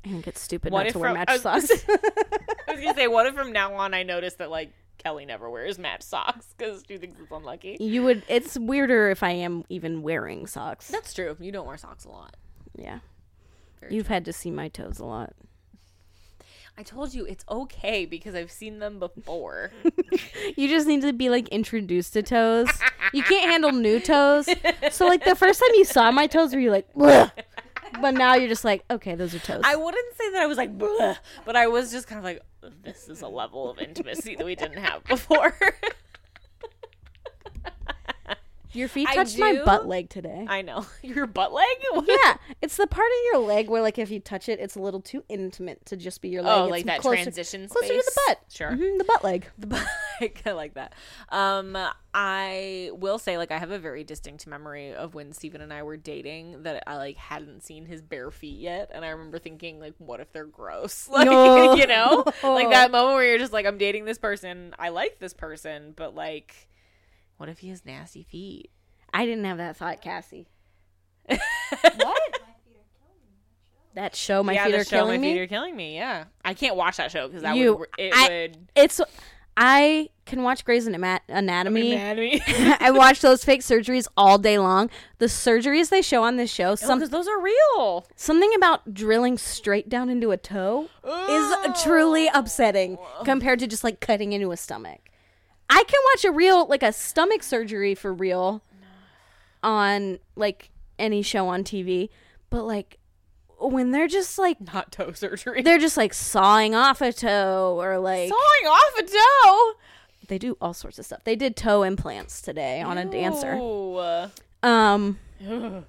Speaker 3: I think it's stupid
Speaker 2: What
Speaker 3: not
Speaker 2: if
Speaker 3: to wear
Speaker 2: from- I
Speaker 3: match
Speaker 2: was gonna
Speaker 3: socks.
Speaker 2: <laughs> <laughs> I was gonna say, what if from now on I noticed that like Kelly never wears match socks because she thinks it's unlucky.
Speaker 3: you would. It's weirder if I am even wearing socks.
Speaker 2: That's true. You don't wear socks a lot.
Speaker 3: Yeah.
Speaker 2: Very
Speaker 3: You've had to see my toes a lot.
Speaker 2: I told you it's okay because I've seen them <laughs> before.
Speaker 3: You just need to be like introduced to toes. You can't
Speaker 2: <laughs>
Speaker 3: handle new toes. So like the first time you saw my toes, were you like, "Bleh." but now you're just like, okay, those are toes.
Speaker 2: I wouldn't say that I was like, Bleh, but I was just kind of like, this is a level of intimacy that we didn't have before. <laughs>
Speaker 3: Your feet
Speaker 2: I
Speaker 3: touched my
Speaker 2: do-
Speaker 3: butt leg today.
Speaker 2: I know <laughs> your butt leg.
Speaker 3: yeah, it's the part of your leg where like if you touch it, it's a little too intimate to just be your leg.
Speaker 2: Oh,
Speaker 3: It's
Speaker 2: like that
Speaker 3: closer,
Speaker 2: transition
Speaker 3: closer to the
Speaker 2: space.
Speaker 3: butt.
Speaker 2: Sure.
Speaker 3: Mhm, the butt leg.
Speaker 2: <laughs> the bike. I like that. Um, I will say, like, I have a very distinct memory of when Steven and I were dating that I like hadn't seen his bare feet yet, and I remember thinking, like, what if they're gross? <laughs> Like,
Speaker 3: No.
Speaker 2: you know, like
Speaker 3: <laughs>
Speaker 2: that moment where you're just like, I'm dating this person, I like this person, but like, what if he has nasty feet?
Speaker 3: I didn't have that
Speaker 2: <laughs>
Speaker 3: thought, Cassie. what? That show, my
Speaker 2: yeah,
Speaker 3: feet
Speaker 2: the
Speaker 3: are
Speaker 2: show,
Speaker 3: killing
Speaker 2: my
Speaker 3: me.
Speaker 2: feet are killing me. Yeah, I can't watch that show because that
Speaker 3: You-
Speaker 2: would it
Speaker 3: I-
Speaker 2: would
Speaker 3: It's I can watch Grey's Anima- Anatomy.
Speaker 2: mad at me.
Speaker 3: <laughs>
Speaker 2: <laughs>
Speaker 3: I watch those fake surgeries all day long. The surgeries they show on this show, some
Speaker 2: because those are real.
Speaker 3: something about drilling straight down into a toe is truly upsetting compared to just like cutting into a stomach. I can watch a real like a stomach surgery for real on like any show on TV, but like when they're just like
Speaker 2: Not toe surgery.
Speaker 3: they're just like sawing off a toe or like
Speaker 2: sawing off a toe.
Speaker 3: they do all sorts of stuff. They did toe <laughs> implants today on a dancer.
Speaker 2: Ooh.
Speaker 3: Um
Speaker 2: <laughs>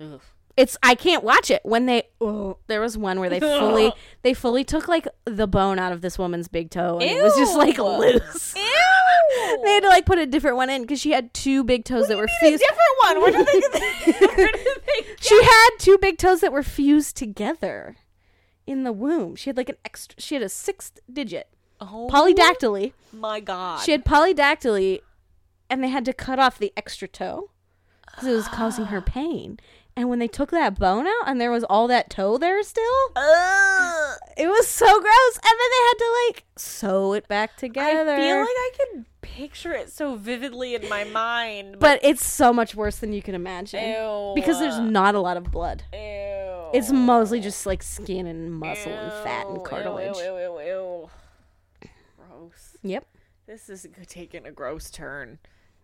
Speaker 2: Ugh.
Speaker 3: it's I can't watch it when they oh, there was one where they fully they fully took like the bone out of this woman's big toe and it was just like <laughs>
Speaker 2: Ew.
Speaker 3: loose. they had to like put a different one in because she had two big toes that were fused.
Speaker 2: one. Where did <laughs> they? Where did
Speaker 3: <laughs>
Speaker 2: they
Speaker 3: She had two big toes that were fused together in the womb. She had like an extra. She had a sixth digit
Speaker 2: oh
Speaker 3: polydactyly.
Speaker 2: my god!
Speaker 3: She had polydactyly, and they had to cut off the extra toe because it was causing her pain. And when they took that bone out, and there was all that toe there still, it was so gross. And then they had to like sew it back together.
Speaker 2: I feel like I can picture it so vividly in my mind, but,
Speaker 3: but it's so much worse than you can imagine
Speaker 2: Ew.
Speaker 3: because there's not a lot of blood.
Speaker 2: Ew.
Speaker 3: It's mostly just like skin and muscle and fat
Speaker 2: Ew,
Speaker 3: and
Speaker 2: ew,
Speaker 3: cartilage.
Speaker 2: Ew, ew, ew, ew. Gross.
Speaker 3: Yep.
Speaker 2: This is g- taking a gross turn.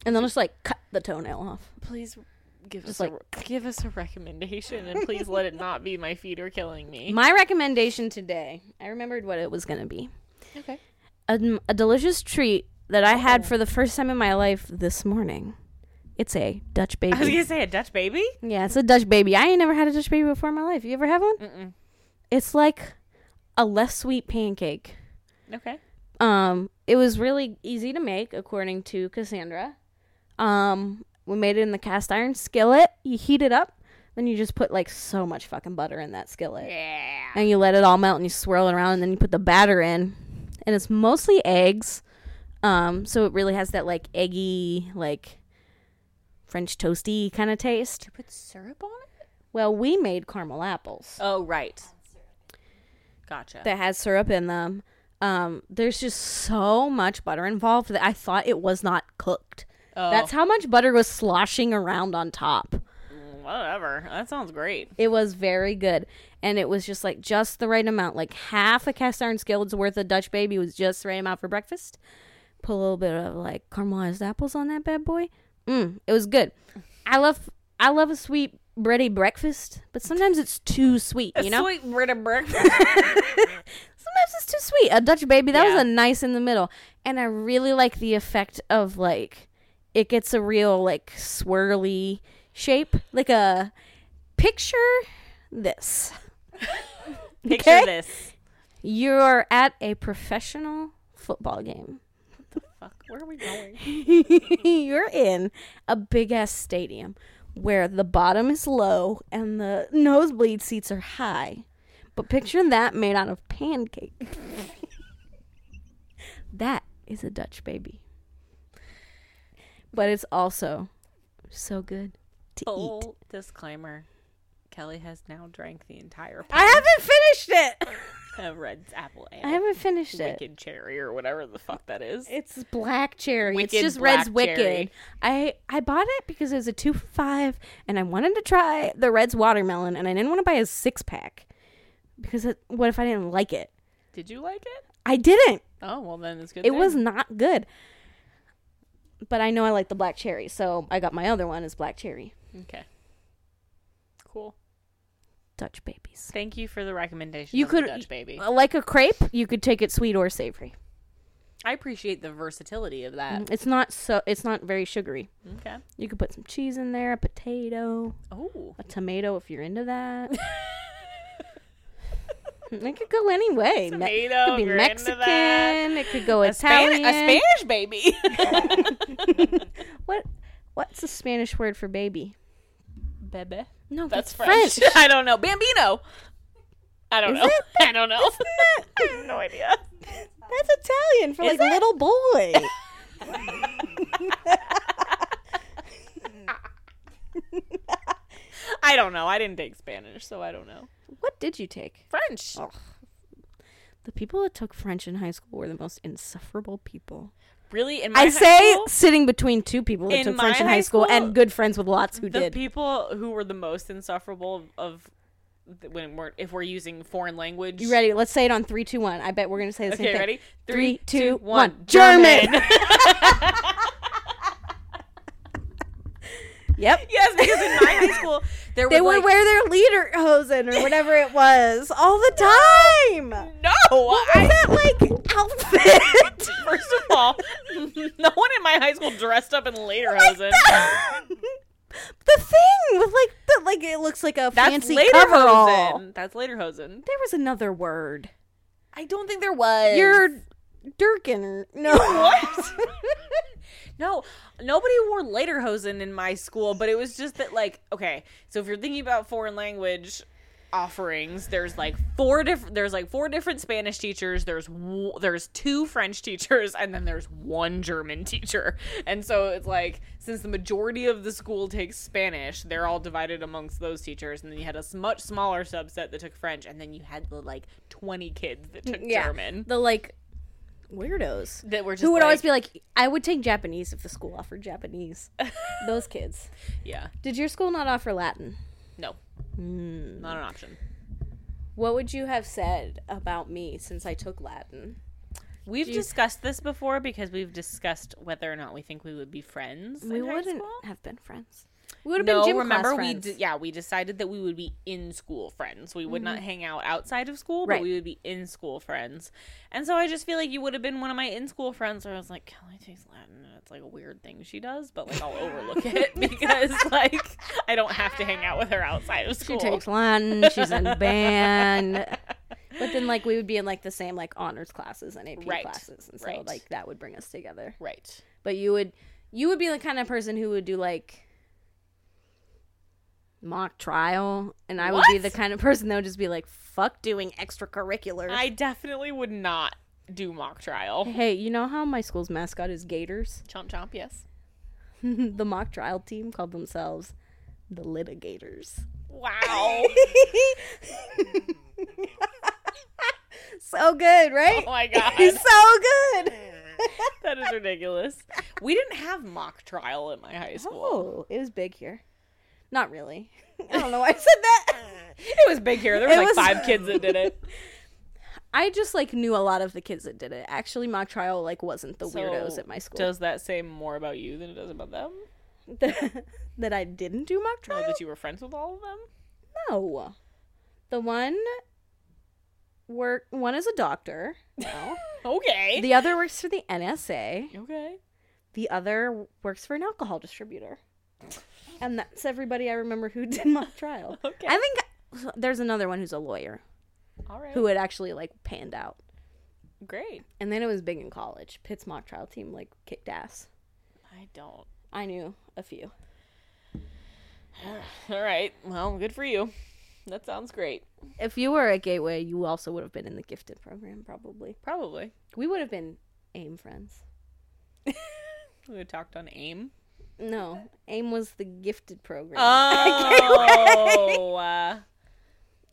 Speaker 3: And they'll just like cut the toenail off.
Speaker 2: Please give
Speaker 3: Just
Speaker 2: us a give us a recommendation, and please let
Speaker 3: <laughs>
Speaker 2: it not be my feet are killing me.
Speaker 3: My recommendation today, I remembered what it was going to be.
Speaker 2: Okay.
Speaker 3: A, a delicious treat that I
Speaker 2: Oh.
Speaker 3: had for the first time in my life this morning. It's a Dutch
Speaker 2: I was
Speaker 3: baby.
Speaker 2: gonna say a Dutch baby.
Speaker 3: yeah, it's a Dutch baby. I ain't never had a Dutch baby before in my life. You ever have one?
Speaker 2: Mm-mm.
Speaker 3: It's like a less sweet pancake.
Speaker 2: Okay.
Speaker 3: Um, it was really easy to make, according to Cassandra. Um, we made it in the cast iron skillet. You heat it up, then you just put like so much fucking butter in that skillet,
Speaker 2: Yeah.
Speaker 3: and you let it all melt, and you swirl it around, and then you put the batter in, and it's mostly eggs. Um, so it really has that like eggy, like French toasty kind of taste.
Speaker 2: Put syrup on it.
Speaker 3: Well, we made caramel apples.
Speaker 2: Oh right. Gotcha.
Speaker 3: that has syrup in them. Um, there's just so much butter involved that I thought it was not cooked.
Speaker 2: oh,
Speaker 3: That's how much butter was sloshing around on top.
Speaker 2: whatever. That sounds great.
Speaker 3: It was very good. And it was just like just the right amount. Like half a cast iron skillet's worth of Dutch baby was just the right amount for breakfast. Put a little bit of like caramelized apples on that bad boy. Mm, it was good. I love I love a sweet bready breakfast, but sometimes it's too sweet, you know?
Speaker 2: sweet Brita
Speaker 3: <laughs>
Speaker 2: breakfast.
Speaker 3: sometimes it's too sweet. A Dutch baby, that
Speaker 2: Yeah.
Speaker 3: was a nice in the middle. And I really like the effect of like it gets a real like swirly shape. Like a picture this.
Speaker 2: Picture
Speaker 3: Okay.
Speaker 2: this.
Speaker 3: You're at a professional football game.
Speaker 2: Fuck. Where are we going?
Speaker 3: <laughs> You're in a big ass stadium where the bottom is low and the nosebleed seats are high. But picture that made out of pancake. <laughs> that is a Dutch baby. But it's also so good to
Speaker 2: Full
Speaker 3: eat.
Speaker 2: disclaimer. Kelly has now drank the entire
Speaker 3: I
Speaker 2: pack
Speaker 3: haven't finished it.
Speaker 2: of Red's apple ale.
Speaker 3: I haven't finished it.
Speaker 2: Wicked cherry or whatever the fuck that is.
Speaker 3: It's black cherry.
Speaker 2: Wicked
Speaker 3: it's just
Speaker 2: black
Speaker 3: Red's Wicked.
Speaker 2: cherry.
Speaker 3: I I bought it because it was a two for five, and I wanted to try the Red's watermelon, and I didn't want to buy a six pack because it, what if I didn't like it?
Speaker 2: Did you like it?
Speaker 3: I didn't.
Speaker 2: Oh well, then it's good.
Speaker 3: It
Speaker 2: then.
Speaker 3: was not good. But I know I like the black cherry, so I got my other one is black cherry.
Speaker 2: okay. Cool.
Speaker 3: Dutch babies.
Speaker 2: Thank you for the recommendation.
Speaker 3: You
Speaker 2: of
Speaker 3: could
Speaker 2: the Dutch baby.
Speaker 3: uh, like a crepe. You could take it sweet or savory.
Speaker 2: I appreciate the versatility of that.
Speaker 3: It's not so. It's not very sugary.
Speaker 2: Mm-hmm. Okay.
Speaker 3: You could put some cheese in there, a potato,
Speaker 2: Oh.
Speaker 3: a tomato if you're into that.
Speaker 2: <laughs>
Speaker 3: It could go any way. Me-
Speaker 2: Tomato,
Speaker 3: it could be
Speaker 2: if you're into
Speaker 3: Mexican.
Speaker 2: that.
Speaker 3: It could go
Speaker 2: A, Span- a
Speaker 3: Italian.
Speaker 2: Spanish <laughs> baby.
Speaker 3: What? What's the Spanish word for baby?
Speaker 2: Bebe.
Speaker 3: No,
Speaker 2: That's <laughs>
Speaker 3: that's,
Speaker 2: French. I don't know. Bambino. I don't
Speaker 3: Is
Speaker 2: know.
Speaker 3: it?
Speaker 2: <laughs> I don't know. <laughs> I have no idea.
Speaker 3: That's Italian for like little boy.
Speaker 2: I don't know. I didn't take Spanish, so I don't know.
Speaker 3: <laughs> what did you take?
Speaker 2: French.
Speaker 3: The people that took French in high school were the most insufferable people.
Speaker 2: Really? In my
Speaker 3: I
Speaker 2: high
Speaker 3: say
Speaker 2: school,
Speaker 3: sitting between two people that
Speaker 2: In
Speaker 3: took
Speaker 2: my
Speaker 3: French in
Speaker 2: high
Speaker 3: high school,
Speaker 2: school,
Speaker 3: and good friends with lots who
Speaker 2: the
Speaker 3: did.
Speaker 2: people who were the most insufferable of th- when we're if we're using foreign language.
Speaker 3: you ready? Let's say it on three, two, one. I bet we're gonna say the same
Speaker 2: Okay,
Speaker 3: thing.
Speaker 2: ready?
Speaker 3: Three, two, one.
Speaker 2: German.
Speaker 3: German. Yep.
Speaker 2: <laughs> yes, because in my high
Speaker 3: <laughs>
Speaker 2: school there was
Speaker 3: They would
Speaker 2: like,
Speaker 3: wear their leader hosen or whatever it was
Speaker 2: <laughs>
Speaker 3: all the time.
Speaker 2: no.
Speaker 3: Is that like
Speaker 2: <laughs>
Speaker 3: outfit? <laughs> Oh
Speaker 2: First of all, no one in my high school dressed up in lederhosen.
Speaker 3: the thing with like the like it looks like a
Speaker 2: That's
Speaker 3: fancy
Speaker 2: later
Speaker 3: coverall.
Speaker 2: hosen. That's later hosen.
Speaker 3: There was another word.
Speaker 2: I don't think there was.
Speaker 3: Your Durkin or no
Speaker 2: <laughs> what? no, nobody wore later hosen in my school, but it was just that like okay, so if you're thinking about foreign language offerings, there's like four different there's like four different Spanish teachers, there's w- there's two French teachers and then there's one German teacher. And so it's like since the majority of the school takes Spanish, they're all divided amongst those teachers and then you had a s- much smaller subset that took French and then you had the like 20 kids that took
Speaker 3: <laughs> yeah,
Speaker 2: German.
Speaker 3: the like weirdos
Speaker 2: That were just
Speaker 3: who would
Speaker 2: like-
Speaker 3: always be like, I would take Japanese if the school
Speaker 2: <laughs>
Speaker 3: offered Japanese. Those kids.
Speaker 2: yeah.
Speaker 3: Did your school not offer Latin?
Speaker 2: No. Not an option.
Speaker 3: What would you have said about me since I took Latin?
Speaker 2: We've discussed this before because we've discussed whether or not we think we would be friends.
Speaker 3: We
Speaker 2: in high
Speaker 3: wouldn't
Speaker 2: school.
Speaker 3: have been friends. We would have
Speaker 2: No,
Speaker 3: been gym
Speaker 2: remember
Speaker 3: class
Speaker 2: we
Speaker 3: friends.
Speaker 2: d- yeah we decided that we would be in school friends. We would not hang out outside of school,
Speaker 3: Mm-hmm. Right.
Speaker 2: but we would be in school friends. And so I just feel like you would have been one of my in school friends. Where I was like, Kelly takes Latin, and it's like a weird thing she does, but like I'll
Speaker 3: <laughs>
Speaker 2: overlook it <laughs> because like I don't have to hang out with her outside of
Speaker 3: She
Speaker 2: school.
Speaker 3: takes Latin.
Speaker 2: <laughs>
Speaker 3: She's in band. But then, like, we would be in like the same like honors classes and AP
Speaker 2: Right,
Speaker 3: classes, and so
Speaker 2: right.
Speaker 3: like that would bring us together.
Speaker 2: right.
Speaker 3: But you would, you would be the kind of person who would do like mock trial, and I would be
Speaker 2: What?
Speaker 3: the kind of person that would just be like, "Fuck doing extracurriculars."
Speaker 2: I definitely would not do mock trial.
Speaker 3: hey, you know how my school's mascot is Gators?
Speaker 2: Chomp chomp. Yes.
Speaker 3: the mock trial team called themselves the Litigators. <laughs>
Speaker 2: Wow. Oh
Speaker 3: so good, right?
Speaker 2: Oh my
Speaker 3: <laughs>
Speaker 2: god.
Speaker 3: so good.
Speaker 2: <laughs> That is ridiculous. We didn't have mock trial at my high school.
Speaker 3: Oh, it was big here. Not really. <laughs> I don't know why I said
Speaker 2: <laughs>
Speaker 3: that.
Speaker 2: It was big here. There was
Speaker 3: It
Speaker 2: like
Speaker 3: was-
Speaker 2: five kids that did
Speaker 3: <laughs>
Speaker 2: it.
Speaker 3: I just like knew a lot of the kids that did it. Actually, mock trial like wasn't the weirdos
Speaker 2: So,
Speaker 3: at my school
Speaker 2: Does that say more about you than it does about them?
Speaker 3: <laughs> that I didn't do mock
Speaker 2: Or
Speaker 3: trial.
Speaker 2: that you were friends with all of them?
Speaker 3: No. The one work one is a doctor.
Speaker 2: <laughs>
Speaker 3: No.
Speaker 2: Okay.
Speaker 3: the other works for the NSA.
Speaker 2: okay.
Speaker 3: The other works for an alcohol distributor. And that's everybody I remember who <laughs> did mock trial.
Speaker 2: Okay.
Speaker 3: I think there's another one who's a lawyer
Speaker 2: all right.
Speaker 3: who had actually like panned out.
Speaker 2: Great.
Speaker 3: And then it was big in college. Pitt's mock trial team like kicked ass.
Speaker 2: I don't.
Speaker 3: I knew a few.
Speaker 2: All right. Well, good for you. That sounds great.
Speaker 3: If you were at Gateway, you also would have been in the gifted program probably.
Speaker 2: Probably.
Speaker 3: We would have been AIM friends.
Speaker 2: We had talked on
Speaker 3: <laughs>
Speaker 2: AIM.
Speaker 3: No, AIM was the gifted program.
Speaker 2: Oh. uh,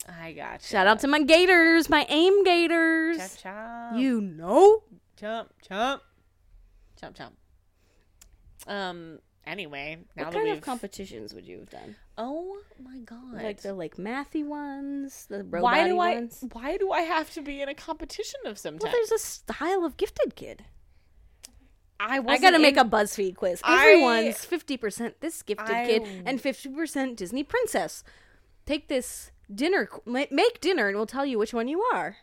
Speaker 2: I got
Speaker 3: Shout out to my Gators, my AIM Gators.
Speaker 2: Chomp chomp.
Speaker 3: You know.
Speaker 2: Chomp, chomp. Chomp, chomp. Um, anyway, now
Speaker 3: what
Speaker 2: that
Speaker 3: kind
Speaker 2: we've...
Speaker 3: of competitions would you have done?
Speaker 2: Oh my god.
Speaker 3: Like the like mathy ones, the robot
Speaker 2: why do I
Speaker 3: ones.
Speaker 2: why do I have to be in a competition of some type?
Speaker 3: Well, there's a style of gifted kid.
Speaker 2: I,
Speaker 3: I
Speaker 2: wasn't
Speaker 3: gotta make
Speaker 2: in-
Speaker 3: a BuzzFeed quiz.
Speaker 2: I-
Speaker 3: Everyone's fifty percent this gifted
Speaker 2: I-
Speaker 3: kid and fifty percent Disney princess. Take this dinner, qu- ma- make dinner, and we'll tell you which one you are.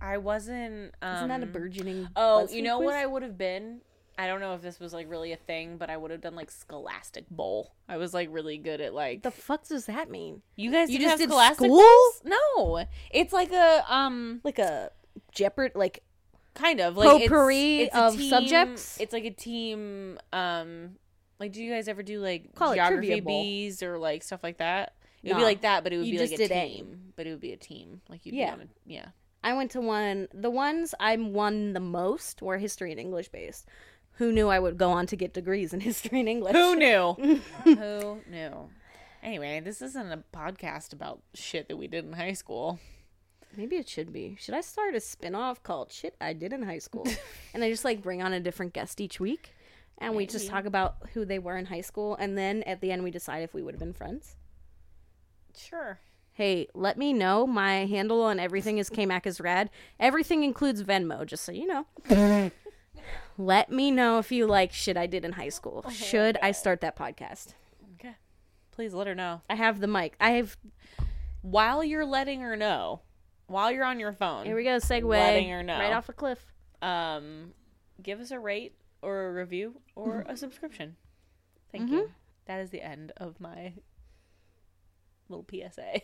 Speaker 2: I wasn't um
Speaker 3: Isn't that a burgeoning?
Speaker 2: Oh,
Speaker 3: BuzzFeed
Speaker 2: you know
Speaker 3: quiz?
Speaker 2: what I would have been? I don't know if this was like really a thing, but I would have done like Scholastic Bowl. I was like really good at like
Speaker 3: the fuck does that mean?
Speaker 2: You guys
Speaker 3: You
Speaker 2: didn't
Speaker 3: just
Speaker 2: have
Speaker 3: did
Speaker 2: Scholastic
Speaker 3: school?
Speaker 2: Bowls? No. It's like a um
Speaker 3: Like a Jeopardy, like
Speaker 2: kind of like
Speaker 3: Potpourri
Speaker 2: a
Speaker 3: of subjects?
Speaker 2: It's like a team. Um, like, do you guys ever do like
Speaker 3: Call it
Speaker 2: geography
Speaker 3: Trivia Bowl.
Speaker 2: bees or like stuff like that? It would be
Speaker 3: No.
Speaker 2: like that, but it would be
Speaker 3: You just
Speaker 2: like a
Speaker 3: did
Speaker 2: team.
Speaker 3: aim.
Speaker 2: But it would be a team. Like you'd
Speaker 3: Yeah.
Speaker 2: be on a yeah.
Speaker 3: I went to one. The ones I won the most were history and English based. Who knew I would go on to get degrees in history and English?
Speaker 2: Who knew? <laughs> Who knew? Anyway, this isn't a podcast about shit that we did in high school.
Speaker 3: Maybe it should be. Should I start a spin-off called Shit I Did in High
Speaker 2: <laughs>
Speaker 3: School? and I just like bring on a different guest each week and we just talk about who they were in high school and then at the end we decide if we would have been friends.
Speaker 2: Sure.
Speaker 3: Hey, let me know. My handle on everything is KMAC is rad. Everything includes Venmo, just so you know.
Speaker 2: <laughs>
Speaker 3: let me know if you like shit I did in high school.
Speaker 2: Oh,
Speaker 3: Should I start that podcast?
Speaker 2: Okay. Please let her know.
Speaker 3: I have the mic. I have
Speaker 2: While you're letting her know, while you're on your phone,
Speaker 3: here we go, segue
Speaker 2: Letting her know.
Speaker 3: right off a cliff. Mm-hmm.
Speaker 2: um, give us a rate or a review or a subscription. Thank you. That is the end of my little PSA.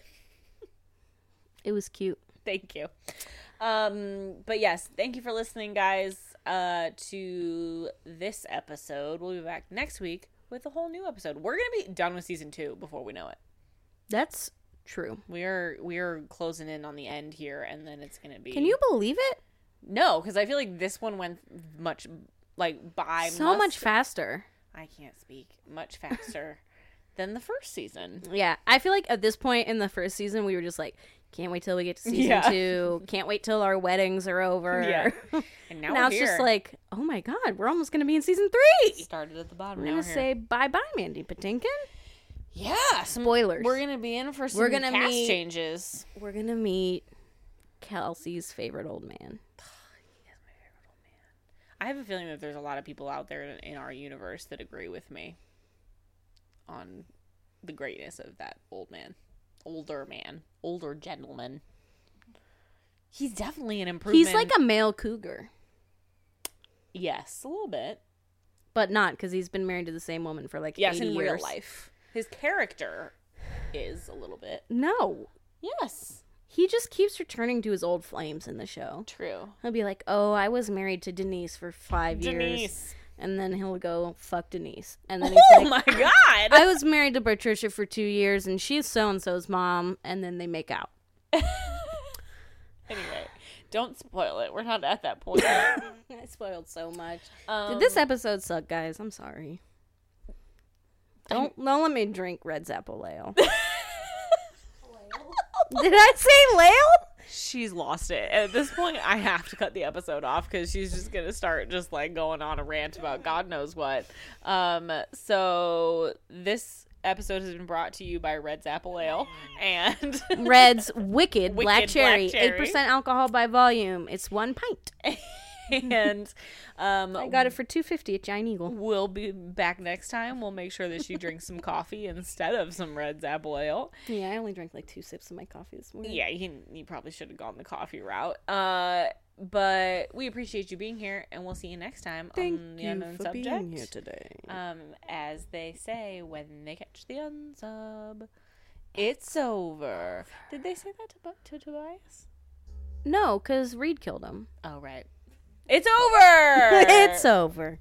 Speaker 3: It was cute.
Speaker 2: <laughs> thank you. Um, but yes, thank you for listening, guys, uh, to this episode. We'll be back next week with a whole new episode. We're gonna be done with season two before we know it.
Speaker 3: That's true.
Speaker 2: We are we are closing in on the end here, and then it's gonna be.
Speaker 3: Can you believe it?
Speaker 2: No, because I feel like this one went much like by
Speaker 3: so
Speaker 2: must-
Speaker 3: much faster.
Speaker 2: I can't speak much
Speaker 3: <laughs>
Speaker 2: faster than the first season.
Speaker 3: Yeah, I feel like at this point in the first season, we were just like, can't wait till we get to season
Speaker 2: Yeah.
Speaker 3: two. Can't wait till our weddings are over. <laughs>
Speaker 2: Yeah. And now,
Speaker 3: now
Speaker 2: we're
Speaker 3: it's
Speaker 2: here.
Speaker 3: just like, oh my god, we're almost gonna be in season three.
Speaker 2: started at the bottom.
Speaker 3: I'm
Speaker 2: Now
Speaker 3: gonna
Speaker 2: we're here.
Speaker 3: say bye bye, Mandy Patinkin.
Speaker 2: yeah. Some,
Speaker 3: Spoilers.
Speaker 2: We're gonna be in for some
Speaker 3: We're gonna
Speaker 2: cast
Speaker 3: meet-
Speaker 2: changes.
Speaker 3: We're gonna meet Kelsey's favorite old man.
Speaker 2: I have a feeling that there's a lot of people out there in, in our universe that agree with me on the greatness of that old man, older man, older gentleman. He's definitely an improvement.
Speaker 3: He's like a male cougar,
Speaker 2: yes, a little bit.
Speaker 3: but not because he's been married to the same woman for like
Speaker 2: Yes,
Speaker 3: 80
Speaker 2: in
Speaker 3: years.
Speaker 2: real life, his character is a little bit.
Speaker 3: No,
Speaker 2: Yes,
Speaker 3: he just keeps returning to his old flames in the show.
Speaker 2: true.
Speaker 3: He'll be like, "Oh, I was married to Denise for five years,"
Speaker 2: Denise.
Speaker 3: and then he'll go fuck Denise, and <laughs> then he's
Speaker 2: <laughs> Oh
Speaker 3: like,
Speaker 2: my <laughs> god.
Speaker 3: "I was married to Patricia for two years, and she's so and so's mom," and then they make out.
Speaker 2: anyway, don't spoil it. We're not at that point. yet.
Speaker 3: <laughs> I spoiled so much.
Speaker 2: Um,
Speaker 3: Did this episode suck, guys? I'm sorry. Don't don't let me drink Red's apple <laughs> ale. Did I say lale?
Speaker 2: <laughs> She's lost it. At this point, I have to cut the episode off because she's just gonna start just like going on a rant about God knows what. Um, so this episode has been brought to you by Red's Apple <laughs> Ale and <laughs>
Speaker 3: <laughs> Red's
Speaker 2: Wicked
Speaker 3: wicked,
Speaker 2: black
Speaker 3: black cherry,
Speaker 2: cherry.
Speaker 3: eight percent alcohol by volume. It's one pint.
Speaker 2: and um,
Speaker 3: I got it for two fifty at Giant Eagle.
Speaker 2: We'll be back next time. We'll make sure that she drinks some coffee instead of some Red's Apple Ale.
Speaker 3: Yeah, I only drank like two sips of my coffee this morning.
Speaker 2: Yeah, he, he probably should have gone the coffee route. Uh, but we appreciate you being here, and we'll see you next time on the unknown subject.
Speaker 3: today.
Speaker 2: Um, as they say, when they catch the unsub, it's over. Did they say that to, Bu- to Tobias?
Speaker 3: No, because Reed killed him.
Speaker 2: Oh, right. <laughs> It's over.
Speaker 3: <laughs> it's over.